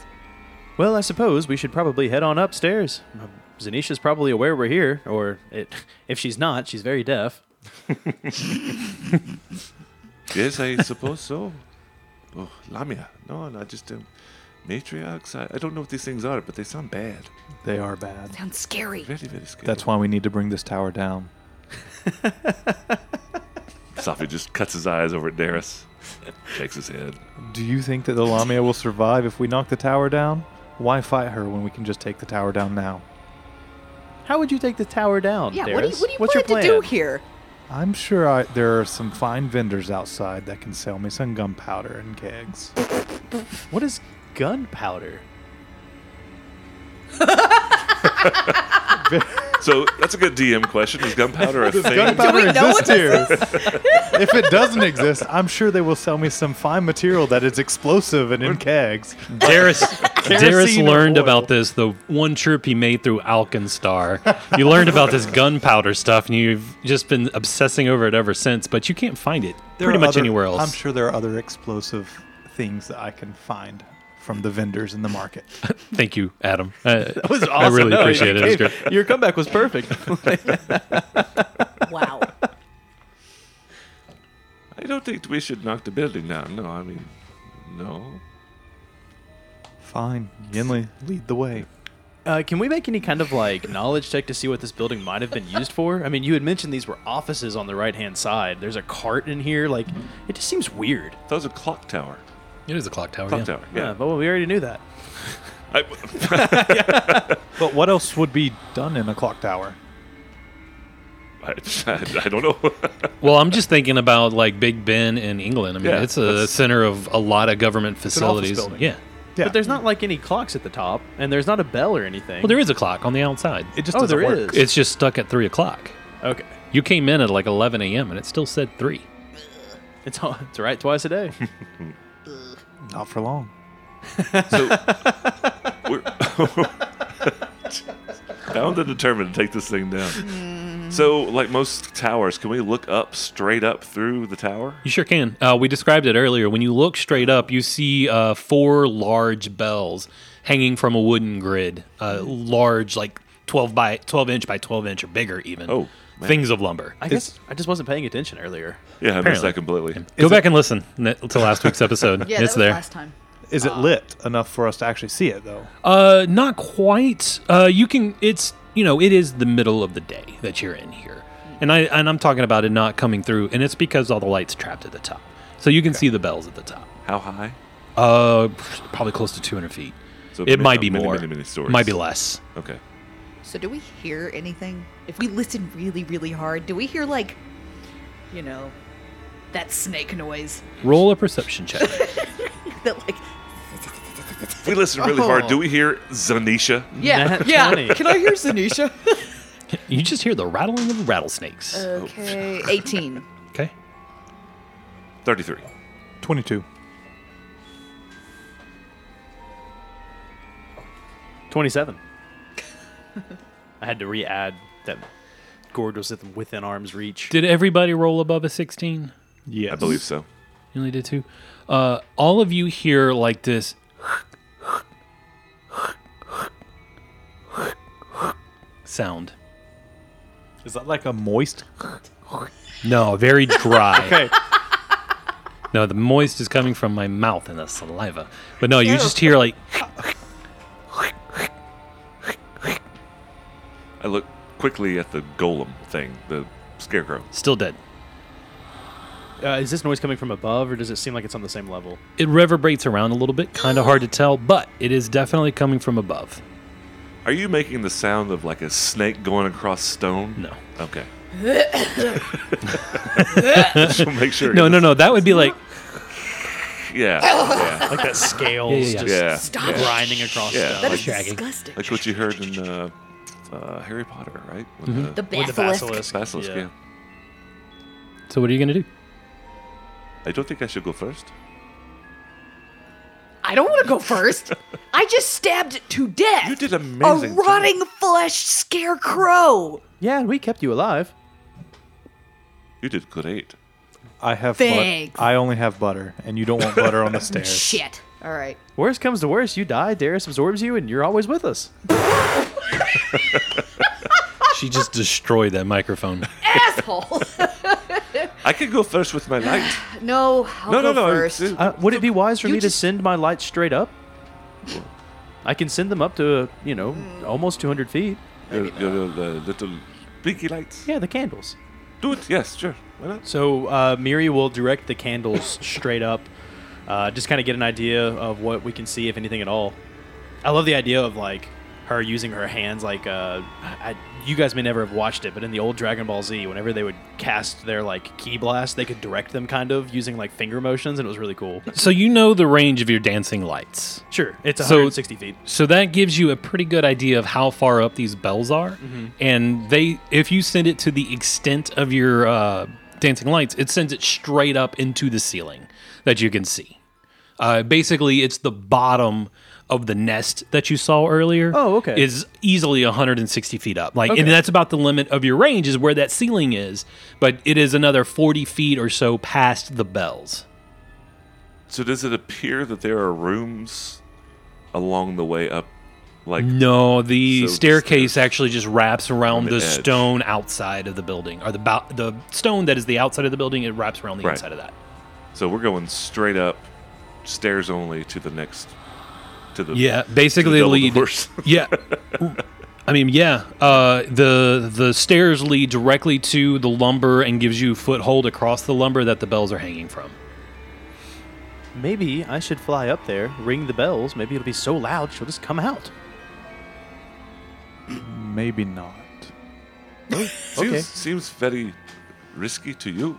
C: Well, I suppose we should probably head on upstairs. Uh, Zanisha's probably aware we're here, or it, if she's not, she's very deaf.
D: Yes, I suppose so. Oh, Lamia. No, no, I just um, matriarchs. I, I don't know what these things are, but they sound bad.
E: They are bad.
B: Sounds scary.
D: Very, very scary.
E: That's why we need to bring this tower down.
D: Safi just cuts his eyes over at Darius, shakes his head.
E: Do you think that the Lamia will survive if we knock the tower down? Why fight her when we can just take the tower down now?
C: How would you take the tower down,
B: Yeah, what do you,
C: Darius?
B: what do you
C: What's
B: plan
C: your plan
B: to do here?
E: I'm sure I, there are some fine vendors outside that can sell me some gunpowder and kegs.
C: What is gunpowder?
D: So that's a good DM question. Is gunpowder a thing?
E: Gunpowder
B: we know what
E: exists here. if it doesn't exist, I'm sure they will sell me some fine material that is explosive and in kegs.
A: Darius, Darius
E: Kerosene or
A: learned
E: oil.
A: about this the one trip he made through Alkenstar. you learned about this gunpowder stuff, and you've just been obsessing over it ever since. But you can't find it
E: There
A: pretty
E: are
A: much
E: other-
A: anywhere else.
E: I'm sure there are other explosive things that I can find from the vendors in the market.
A: Thank you, Adam. Uh, that was I
C: awesome.
A: really
C: No,
A: appreciate it. It was great.
C: Your comeback was perfect.
B: Wow.
D: I don't think we should knock the building down. No, I mean, no.
E: Fine, Yinli, lead the way.
C: Uh, can we make any kind of like knowledge check to see what this building might have been used for? I mean, you had mentioned these were offices on the right hand side. There's a cart in here. Like, it just seems weird.
D: That was a clock tower.
A: It is a clock tower.
D: Clock
A: yeah.
D: tower.
C: Yeah,
D: Yeah.
C: but we already knew that.
D: I-
E: But what else would be done in a clock tower?
D: I, I don't know.
A: Well, I'm just thinking about like Big Ben in England. I mean,
D: Yeah,
A: it's a
D: that's-
A: center of a lot of government
E: an office
A: facilities.
E: building.
A: Yeah.
E: Yeah,
C: But there's not like any clocks at the top, and there's not a bell or anything.
A: Well, there is a clock on the outside.
E: it just
C: oh,
E: doesn't
C: there
E: work.
C: is.
A: It's just stuck at three o'clock.
C: okay.
A: You came in at like 11 a.m. and it still said three.
C: It's all, it's right twice a day.
E: Not for long.
D: So we're bound and determined to take this thing down. So, like most towers, can we look up straight up through the tower?
A: You sure can. Uh, we described it earlier. When you look straight up, you see uh, four large bells hanging from a wooden grid. Uh, large, like 12 by 12 inch by 12 inch or bigger, even.
D: Oh, man.
A: things of lumber.
C: I guess I just wasn't paying attention earlier.
D: Yeah, I missed
A: Apparently.
D: that completely.
A: Go back and listen n- to last week's episode.
B: Yeah, that
A: it's
B: was
A: there.
B: last time.
E: Is it lit enough for us to actually see it though?
A: Uh, not quite. Uh, you can. It's you know, it is the middle of the day that you're in here, and I and I'm talking about it not coming through, and it's because all the lights trapped at the top. So you can see the bells at the top.
D: How high?
A: Uh, probably close to 200 feet.
D: So uh,
A: It
D: mi-
A: might be
D: many,
A: more.
D: Many, many stories.
A: Might be less.
D: Okay.
B: So do we hear anything? If we listen really, really hard, do we hear like, you know, that snake noise
A: Roll a perception check.
B: that like,
D: If we listen really hard, do we hear Zanisha?
B: yeah,
C: Nat
B: yeah.
C: 20.
B: Can I hear Zanisha?
A: you just hear the rattling of rattlesnakes.
B: okay, eighteen.
A: okay.
D: 33.
E: 22.
C: 27. I had to re add that Gord was at- within arm's reach.
A: Did everybody roll above a 16?
E: Yes.
D: I believe so.
A: You only did two. Uh, all of you hear like this sound.
E: Is that like a moist?
A: No, very dry.
E: Okay.
A: No, the moist is coming from my mouth and the saliva. But no, you just hear like
D: I look quickly at the golem thing, the scarecrow.
A: still dead.
C: Uh, is this noise coming from above, or does it seem like it's on the same level?
A: It reverberates around a little bit, kind of hard to tell, but it is definitely coming from above.
D: Are you making the sound of like a snake going across stone?
A: No.
D: Okay. Just wanna make sure.
A: No, no, no. That would be like
D: Yeah. Yeah.
C: Like that scales
A: Yeah, yeah, yeah.
C: just
D: Yeah.
B: Stop it.
C: grinding across
D: Yeah.
C: stone.
B: That is
A: Dragon.
B: disgusting.
D: Like what you heard in uh, uh, Harry Potter, right? When
A: Mm-hmm.
D: uh,
B: The
C: With the
B: basilisk.
C: basilisk.
D: basilisk, yeah.
A: So what are you gonna do?
D: I don't think I should go first.
B: I don't want to go first. I just stabbed it to death.
D: You did amazing
B: A
D: job.
B: rotting flesh scarecrow.
C: Yeah, and we kept you alive.
D: You did great.
E: I have
B: Thanks.
E: butter. I only have butter, and you don't want butter on the stairs.
B: Shit. All right.
C: Worst comes to worst, you die, Darius absorbs you, and you're always with us.
A: She just destroyed that microphone.
B: Asshole.
D: I could go first with my light.
B: no, I'll
D: no,
B: go
D: no, no.
B: first.
D: it's-
C: Uh, would it be wise for
B: You
C: me
B: just-
C: to send my lights straight up? I can send them up to, you know, almost 200 feet.
D: Your, your, uh, little blinky lights.
C: Yeah, the candles.
D: Do it. Yes, sure. Why not?
C: So uh, Miri will direct the candles straight up, uh, just kind of get an idea of what we can see, if anything at all. I love the idea of like her using her hands. Like uh, I, you guys may never have watched it, but in the old Dragon Ball Z, whenever they would cast their like key blast, they could direct them kind of using like finger motions, and it was really cool.
A: So you know the range of your dancing lights.
C: Sure, it's
A: So-
C: 160 feet.
A: So that gives you a pretty good idea of how far up these bells are,
C: Mm-hmm.
A: and they if you send it to the extent of your uh, dancing lights, it sends it straight up into the ceiling that you can see. Uh, basically, it's the bottom of the nest that you saw earlier.
C: Oh, okay.
A: Is easily 160 feet up, like, and that's about the limit of your range is where that ceiling is, but it is another 40 feet or so past the bells.
D: So does it appear that there are rooms along the way up? Like
A: Mm. No, the
D: So the
A: staircase
D: stairs-
A: actually just wraps around
D: Around
A: the
D: the edge.
A: stone outside of the building, or the bo- the stone that is the outside of the building. It wraps around the
D: Right.
A: inside of that.
D: So we're going straight up, stairs only to the next, to the
A: Yeah,
D: to the
A: basically
D: double
A: lead.
D: doors.
A: Yeah, I mean, yeah. Uh, the the stairs lead directly to the lumber and gives you foothold across the lumber that the bells are hanging from.
C: Maybe I should fly up there, ring the bells. Maybe it'll be so loud she'll just come out.
E: Maybe not.
D: seems, seems very risky to you.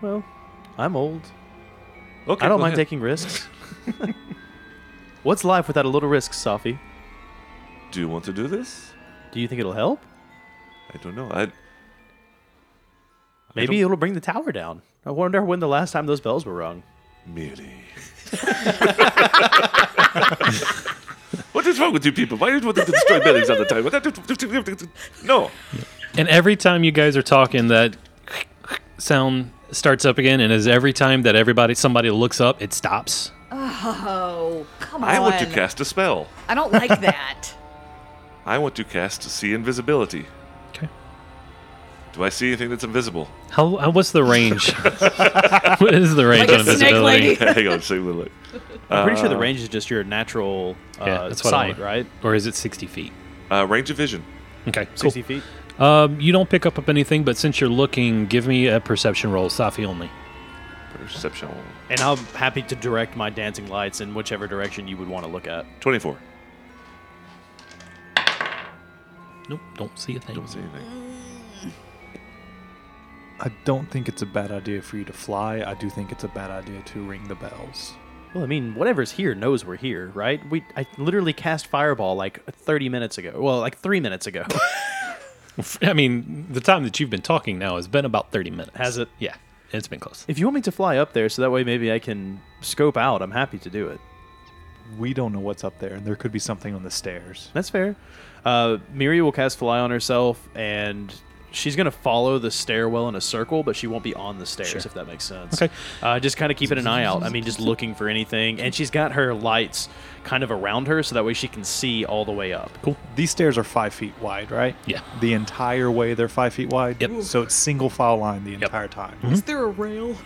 C: Well, I'm old.
D: Okay,
C: I don't
D: go
C: mind
D: ahead.
C: taking risks. What's life without a little risk, Safi?
D: Do you want to do this?
C: Do you think it'll help?
D: I don't know. I
C: Maybe it'll bring the tower down. I wonder when the last time those bells were rung.
D: merely. what is wrong with you people? Why do you want to destroy buildings all the time? No.
A: And every time you guys are talking, that sound starts up again, and is every time that everybody somebody looks up, it stops.
B: Oh, come on.
D: I want to cast a spell.
B: I don't like that.
D: I want to cast see invisibility.
A: Okay.
D: Do I see anything that's invisible?
A: How, how what's the range? what is the range on
B: Like a snake
A: invisibility?
B: lady.
D: Hang on, see what look.
C: I'm pretty sure the range is just your natural uh,
A: Uh, Yeah, that's what I
C: sight,
A: want.
C: right?
A: or is it 60 feet?
D: Uh, range of vision.
A: Okay, cool.
C: 60 feet.
A: Um, you don't pick up, up anything, but since you're looking, give me a perception roll, Safi only.
D: Perception.
C: And I'm happy to direct my dancing lights in whichever direction you would want to look at.
D: 24.
A: Nope, don't see a thing.
D: Don't see anything.
E: I don't think it's a bad idea for you to fly. I do think it's a bad idea to ring the bells.
C: Well, I mean, whatever's here knows we're here, right? We I literally cast fireball like 30 minutes ago. Well, like three minutes ago.
A: I mean, the time that you've been talking now has been about 30 minutes.
C: Has it?
A: Yeah, it's been close.
C: if you want me to fly up there, so that way maybe I can scope out, I'm happy to do it.
E: We don't know what's up there, and there could be something on the stairs.
C: That's fair. Uh, Miri will cast fly on herself, and she's gonna follow the stairwell in a circle, but she won't be on the stairs if that makes sense.
A: Okay.
C: Uh, just kind of keeping an eye out. I mean, just looking for anything, and she's got her lights kind of around her, so that way she can see all the way up. Cool.
E: These stairs are five feet wide, right?
A: Yeah.
E: The entire way they're five feet wide.
A: Yep. Mm-hmm.
E: So it's single file line the entire time.
B: Is there a rail?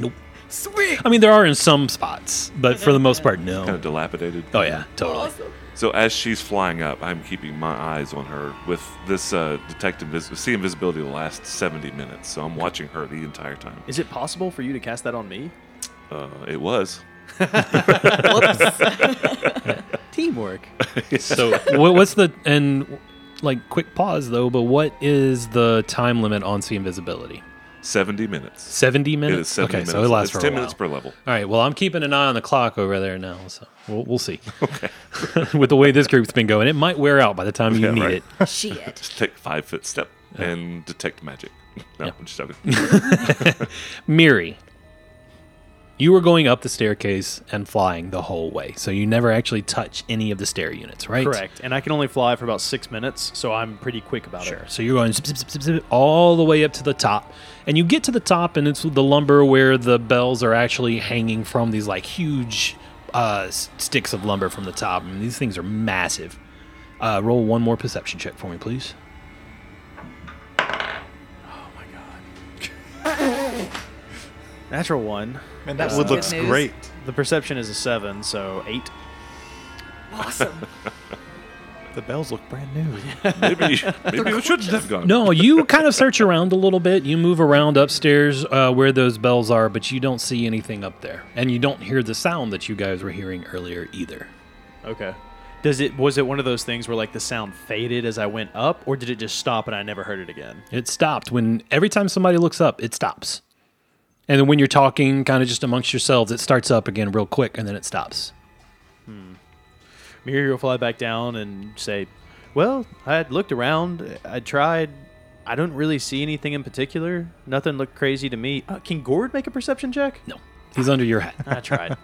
A: Nope.
B: Sweet.
A: I mean, there are in some spots, but for the most part,
D: Kind of
A: no.
D: dilapidated.
A: Oh, yeah, totally.
B: Awesome.
D: So as she's flying up, I'm keeping my eyes on her with this uh, detect invis- see invisibility the last 70 minutes. So I'm watching her the entire time.
C: Is it possible for you to cast that on me?
D: Uh, it was.
C: Teamwork.
A: So, wha- what's the, and like, quick pause though, but what is the time limit on see invisibility?
D: 70 minutes.
A: 70 minutes?
D: It is 70
A: okay,
D: minutes.
A: so it lasts
D: it's
A: for a
D: 10
A: while.
D: minutes per level.
A: All right. Well, I'm keeping an eye on the clock over there now, so we'll, we'll see. With the way this group's been going, it might wear out by the time you
D: Yeah,
A: need
D: right.
A: it.
B: Shit.
D: Just take five foot step and detect magic. No, I'm just joking.
A: Miri, you were going up the staircase and flying the whole way, so you never actually touch any of the stair units, right?
C: Correct. And I can only fly for about six minutes, so I'm pretty quick about it.
A: So you're going zip, zip, zip, zip, zip, all the way up to the top, and you get to the top, and it's the lumber where the bells are actually hanging from these like huge uh, s- sticks of lumber from the top. I mean, these things are massive. Uh, roll one more perception check for me, please.
C: Natural one.
E: Man,
B: that wood looks Good news. great.
C: The perception is a seven, so eight.
B: Awesome.
E: The bells look brand new.
D: maybe maybe we shouldn't have gone.
A: No, you kind of search around a little bit. You move around upstairs uh, where those bells are, but you don't see anything up there, and you don't hear the sound that you guys were hearing earlier either.
C: Okay. Does it was it one of those things where like the sound faded as I went up, or did it just stop and I never heard it again?
A: It stopped when every time somebody looks up, it stops. And then when you're talking kind of just amongst yourselves, it starts up again real quick and then it stops.
C: Miri will fly back down and say, "Well, I had looked around. I tried. I don't really see anything in particular. Nothing looked crazy to me. Uh, can Gord make a perception check?
A: No. He's under your hat.
C: I tried.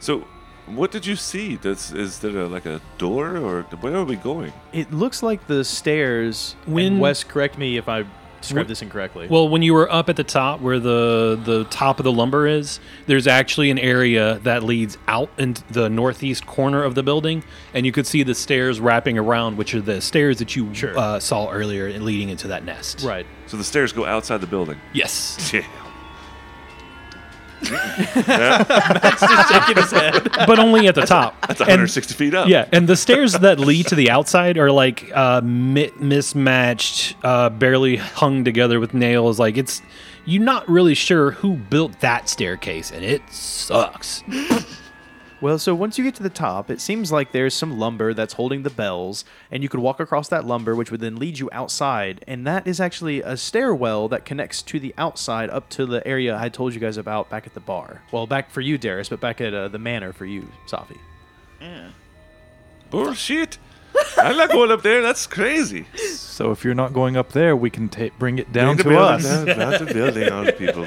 D: So, what did you see? Does, is there a, like a door or where are we going?
C: it looks like the stairs.
A: When-
C: and Wes, correct me if I described
A: Wh-
C: this incorrectly.
A: Well, when you were up at the top where the the top of the lumber is, there's actually an area that leads out into the northeast corner of the building, and you could see the stairs wrapping around, which are the stairs that you uh, saw earlier and leading into that nest.
C: right.
D: So the stairs go outside the building.
A: Yes.
D: Yeah.
A: but only at the top.
D: That's 160 feet up.
A: Yeah, and the stairs that lead to the outside are like uh, mi- mismatched, uh, barely hung together with nails. Like it's you're not really sure who built that staircase, and it sucks.
C: Well, so once you get to the top, it seems like there's some lumber that's holding the bells, and you could walk across that lumber, which would then lead you outside. And that is actually a stairwell that connects to the outside up to the area I told you guys about back at the bar. Well, back for you, Darius, but back at uh, the manor for you, Safi.
D: Bullshit. I'm not going up there. That's crazy.
E: So if you're not going up there, we can ta- bring it down to
D: Building,
E: us.
D: down- down to building on people.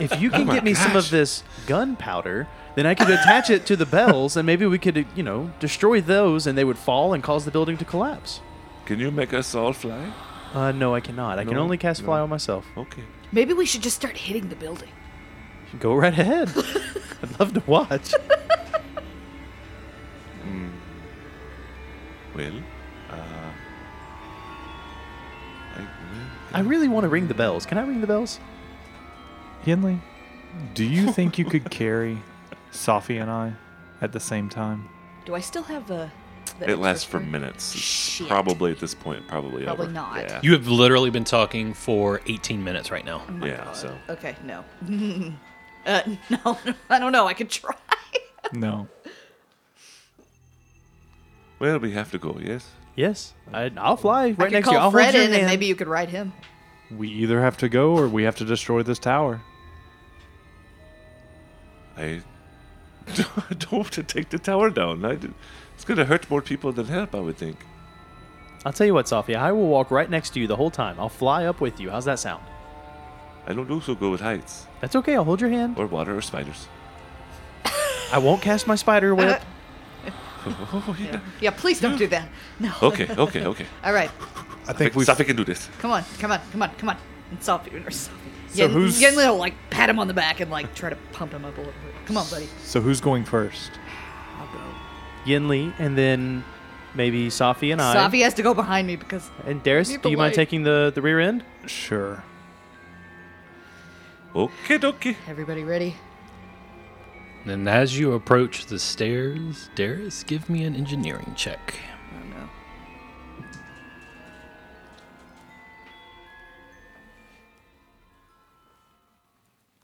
C: If you can
D: Oh my
C: get me some
D: gosh.
C: of this gunpowder, then I could attach it to the bells, and maybe we could, uh, you know, destroy those, and they would fall and cause the building to collapse.
D: Can you make us all fly?
C: Uh, no, I cannot. I can
D: No,
C: only cast
D: no.
C: fly on myself.
D: Okay.
B: Maybe we should just start hitting the building.
C: Go right ahead. I'd love to watch.
D: Well, uh, I,
C: I really want to ring the bells. Can I ring the bells?
E: Henley, do you think you could carry Safi and I at the same time?
B: Do I still have uh, a?
D: it lasts for minutes. It's
B: Shit.
D: Probably at this point, probably,
B: Probably
D: over.
B: not.
D: Yeah.
A: You have literally been talking for 18 minutes right now.
D: yeah. So
B: Okay, no. Uh, no, I don't know. I could try.
E: No.
D: Well, we have to go. Yes.
C: Yes, I, I'll fly right
B: I could
C: next to
B: call
C: you. I'll hold
B: Fred
C: your
B: in, and
C: hand.
B: maybe you could ride him.
E: We either have to go or we have to destroy this tower.
D: I I don't want to take the tower down. I did- It's going to hurt more people than help, I would think.
C: I'll tell you what, Sophia. I will walk right next to you the whole time. I'll fly up with you. How's that sound?
D: I don't do so good with heights
C: That's okay. I'll hold your hand.
D: or water or spiders.
C: I won't cast my spider whip.
D: Oh, yeah.
B: Yeah, please don't do that. No.
D: Okay, okay, okay.
B: All right,
E: I think
D: Sophie
E: we've.
D: Sophie can do this.
B: come on, come on, come on, come on. And stop doing this.
E: So
B: Yen,
E: who's-
B: Yenli will like pat him on the back and like try to pump him up a little bit. Come on, buddy.
E: So who's going first?
B: I'll go.
C: Yinli, and then maybe Safi and I.
B: Savi has to go behind me because
C: And Darius,
B: Need
C: do
B: the
C: you mind
B: light.
C: taking the, the rear end?
E: Sure.
D: Okay, dokie.
B: everybody ready.
A: And as you approach the stairs, Darius, give me an engineering check.
B: Oh no.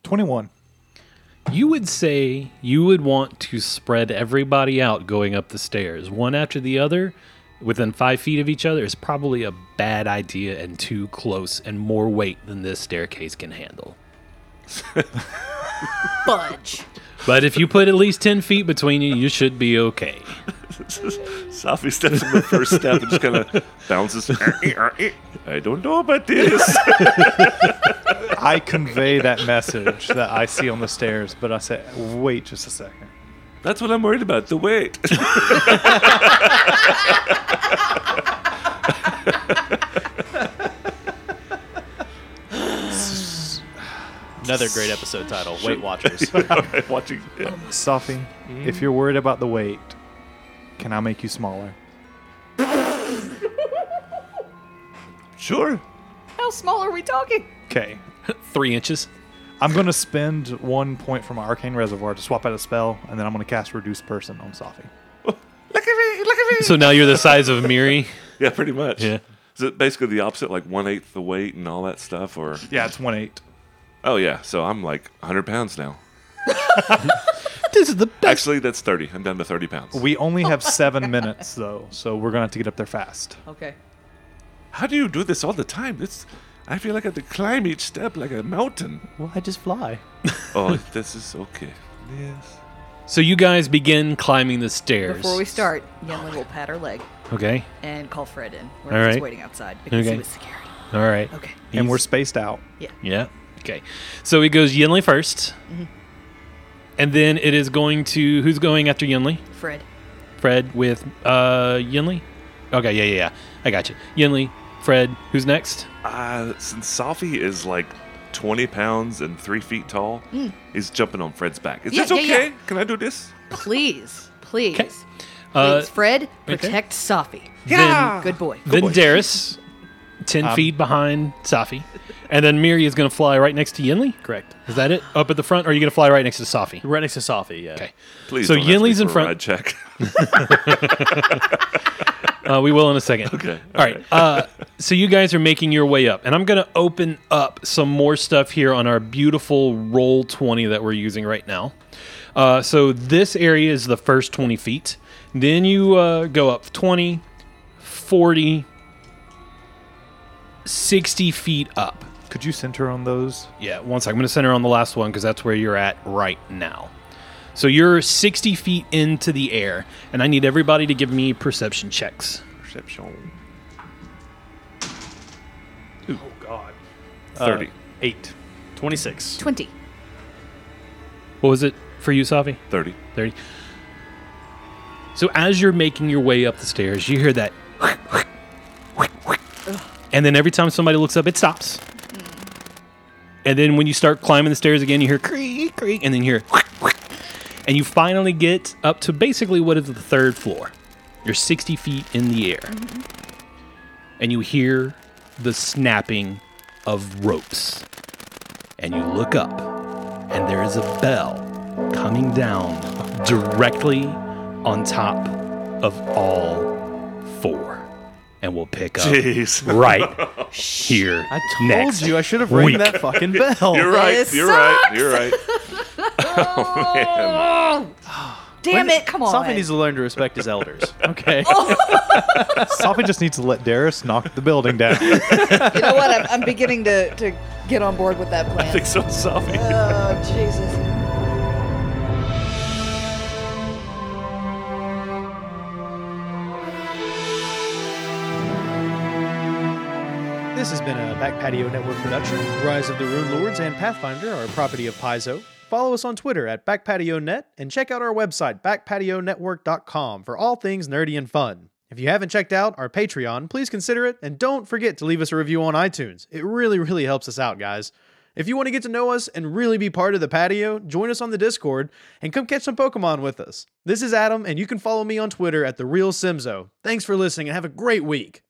E: Twenty-one.
A: You would say you would want to spread everybody out going up the stairs, one after the other, within five feet of each other, is probably a bad idea and too close and more weight than this staircase can handle.
B: Fudge.
A: But if you put at least 10 feet between you, you should be okay.
D: Safi steps on the first step and just kind of bounces. I don't know about this.
E: I convey that message that I see on the stairs, but I say, wait just a second.
D: That's what I'm worried about. The weight.
C: Another great episode title, Weight Watchers.
D: Watching.
E: Safi, if you're worried about the weight, can I make you smaller?
D: Sure.
B: How small are we talking?
E: Okay.
A: Three inches.
E: I'm going to spend one point from my arcane reservoir to swap out a spell, and then I'm going to cast reduce person on Safi.
D: Look at me. Look at me.
A: So now you're the size of Miri.
D: Yeah, pretty much.
A: Yeah.
D: Is it basically the opposite, like one eighth the weight and all that stuff, or?
E: Yeah, it's one eight.
D: Oh yeah. So I'm like 100 pounds now.
A: This is the best.
D: Actually, that's 30. I'm down to 30 pounds.
E: We only have seven minutes though, so we're gonna have to get up there fast.
B: Okay.
D: How do you do this all the time? It's. I feel like I have to climb each step like a mountain.
C: well, I just fly.
D: Oh, this is okay. Yes.
A: So you guys begin climbing the stairs.
B: Before we start, Yenli will pat her leg
A: Okay.
B: and call Fred in. We're
A: All
B: just
A: right.
B: waiting outside because
A: Okay.
B: he was scared.
A: All right.
B: Okay.
E: And we're spaced out.
A: Yeah. Okay. So it goes Yinli 1st And then it is going to who's going after Yinli?
B: Fred.
A: Fred with uh Yinli? Okay, yeah, yeah, yeah. I got you. Yinli, Fred, who's next?
D: Uh, since Safi is like 20 pounds and three feet tall, he's jumping on Fred's back. Is
B: Hmm. Yeah,
D: this
B: yeah,
D: okay?
B: yeah.
D: Can I do this?
B: Please, please, please,
A: Uh,
B: Fred, protect Safi.
A: Yeah.
B: Good boy.
A: Then, then Darius, 10 feet behind Safi. And then Miri is going to fly right next to Yinli?
C: Correct.
A: Is that it? Up at the front? Or are you going to fly right next to Safi?
C: Right next to Safi, yeah.
A: Okay.
D: Please.
A: So
D: don't ask me
A: Yinli's in
D: for a
A: front.
D: Ride check.
A: Uh, we will in a second.
D: Okay,
A: All right. Uh, so you guys are making your way up, and I'm going to open up some more stuff here on our beautiful roll 20 that we're using right now. Uh, so this area is the first 20 feet. Then you uh, go up 20, 40, 60 feet up.
E: Could you center on those?
A: Yeah, one sec. I'm going to center on the last one because that's where you're at right now. So you're 60 feet into the air, and I need everybody to give me perception checks.
D: Perception.
E: Oh God.
C: Uh,
D: 30.
E: Eight.
C: 26.
B: 20.
A: What was it for you, Safi?
D: 30.
A: 30. So as you're making your way up the stairs, you hear that. And then every time somebody looks up, it stops. And then when you start climbing the stairs again, you hear creak, creak, and then you hear. And you finally get up to basically what is the third floor. You're 60 feet in the air.
C: Mm-hmm.
A: And you hear the snapping of ropes. And you look up, and there is a bell coming down directly on top of all four. And we'll pick up
D: Jeez.
A: right here
C: I told
A: next.
C: you I should have rang
A: week.
C: that fucking bell.
D: You're right.
B: This
D: You're right. You're right.
B: Damn it! Come on. Oh,
C: Sophie needs to learn to respect his elders. Okay.
E: Sophie just needs to let Darius knock the building down.
B: you know what? I'm, I'm beginning to, to get on board with that plan.
D: I think so, Sophie.
B: Oh Jesus.
C: This has been a Back Patio Network production. Rise of the Rune Lords and Pathfinder are a property of Paizo. Follow us on Twitter at BackpatioNet and check out our website, backpationetwork.com, for all things nerdy and fun. If you haven't checked out our Patreon, please consider it and don't forget to leave us a review on iTunes. It really, really helps us out, guys. If you want to get to know us and really be part of the patio, join us on the Discord and come catch some Pokemon with us. This is Adam, and you can follow me on Twitter at the Real Simzo. Thanks for listening and have a great week.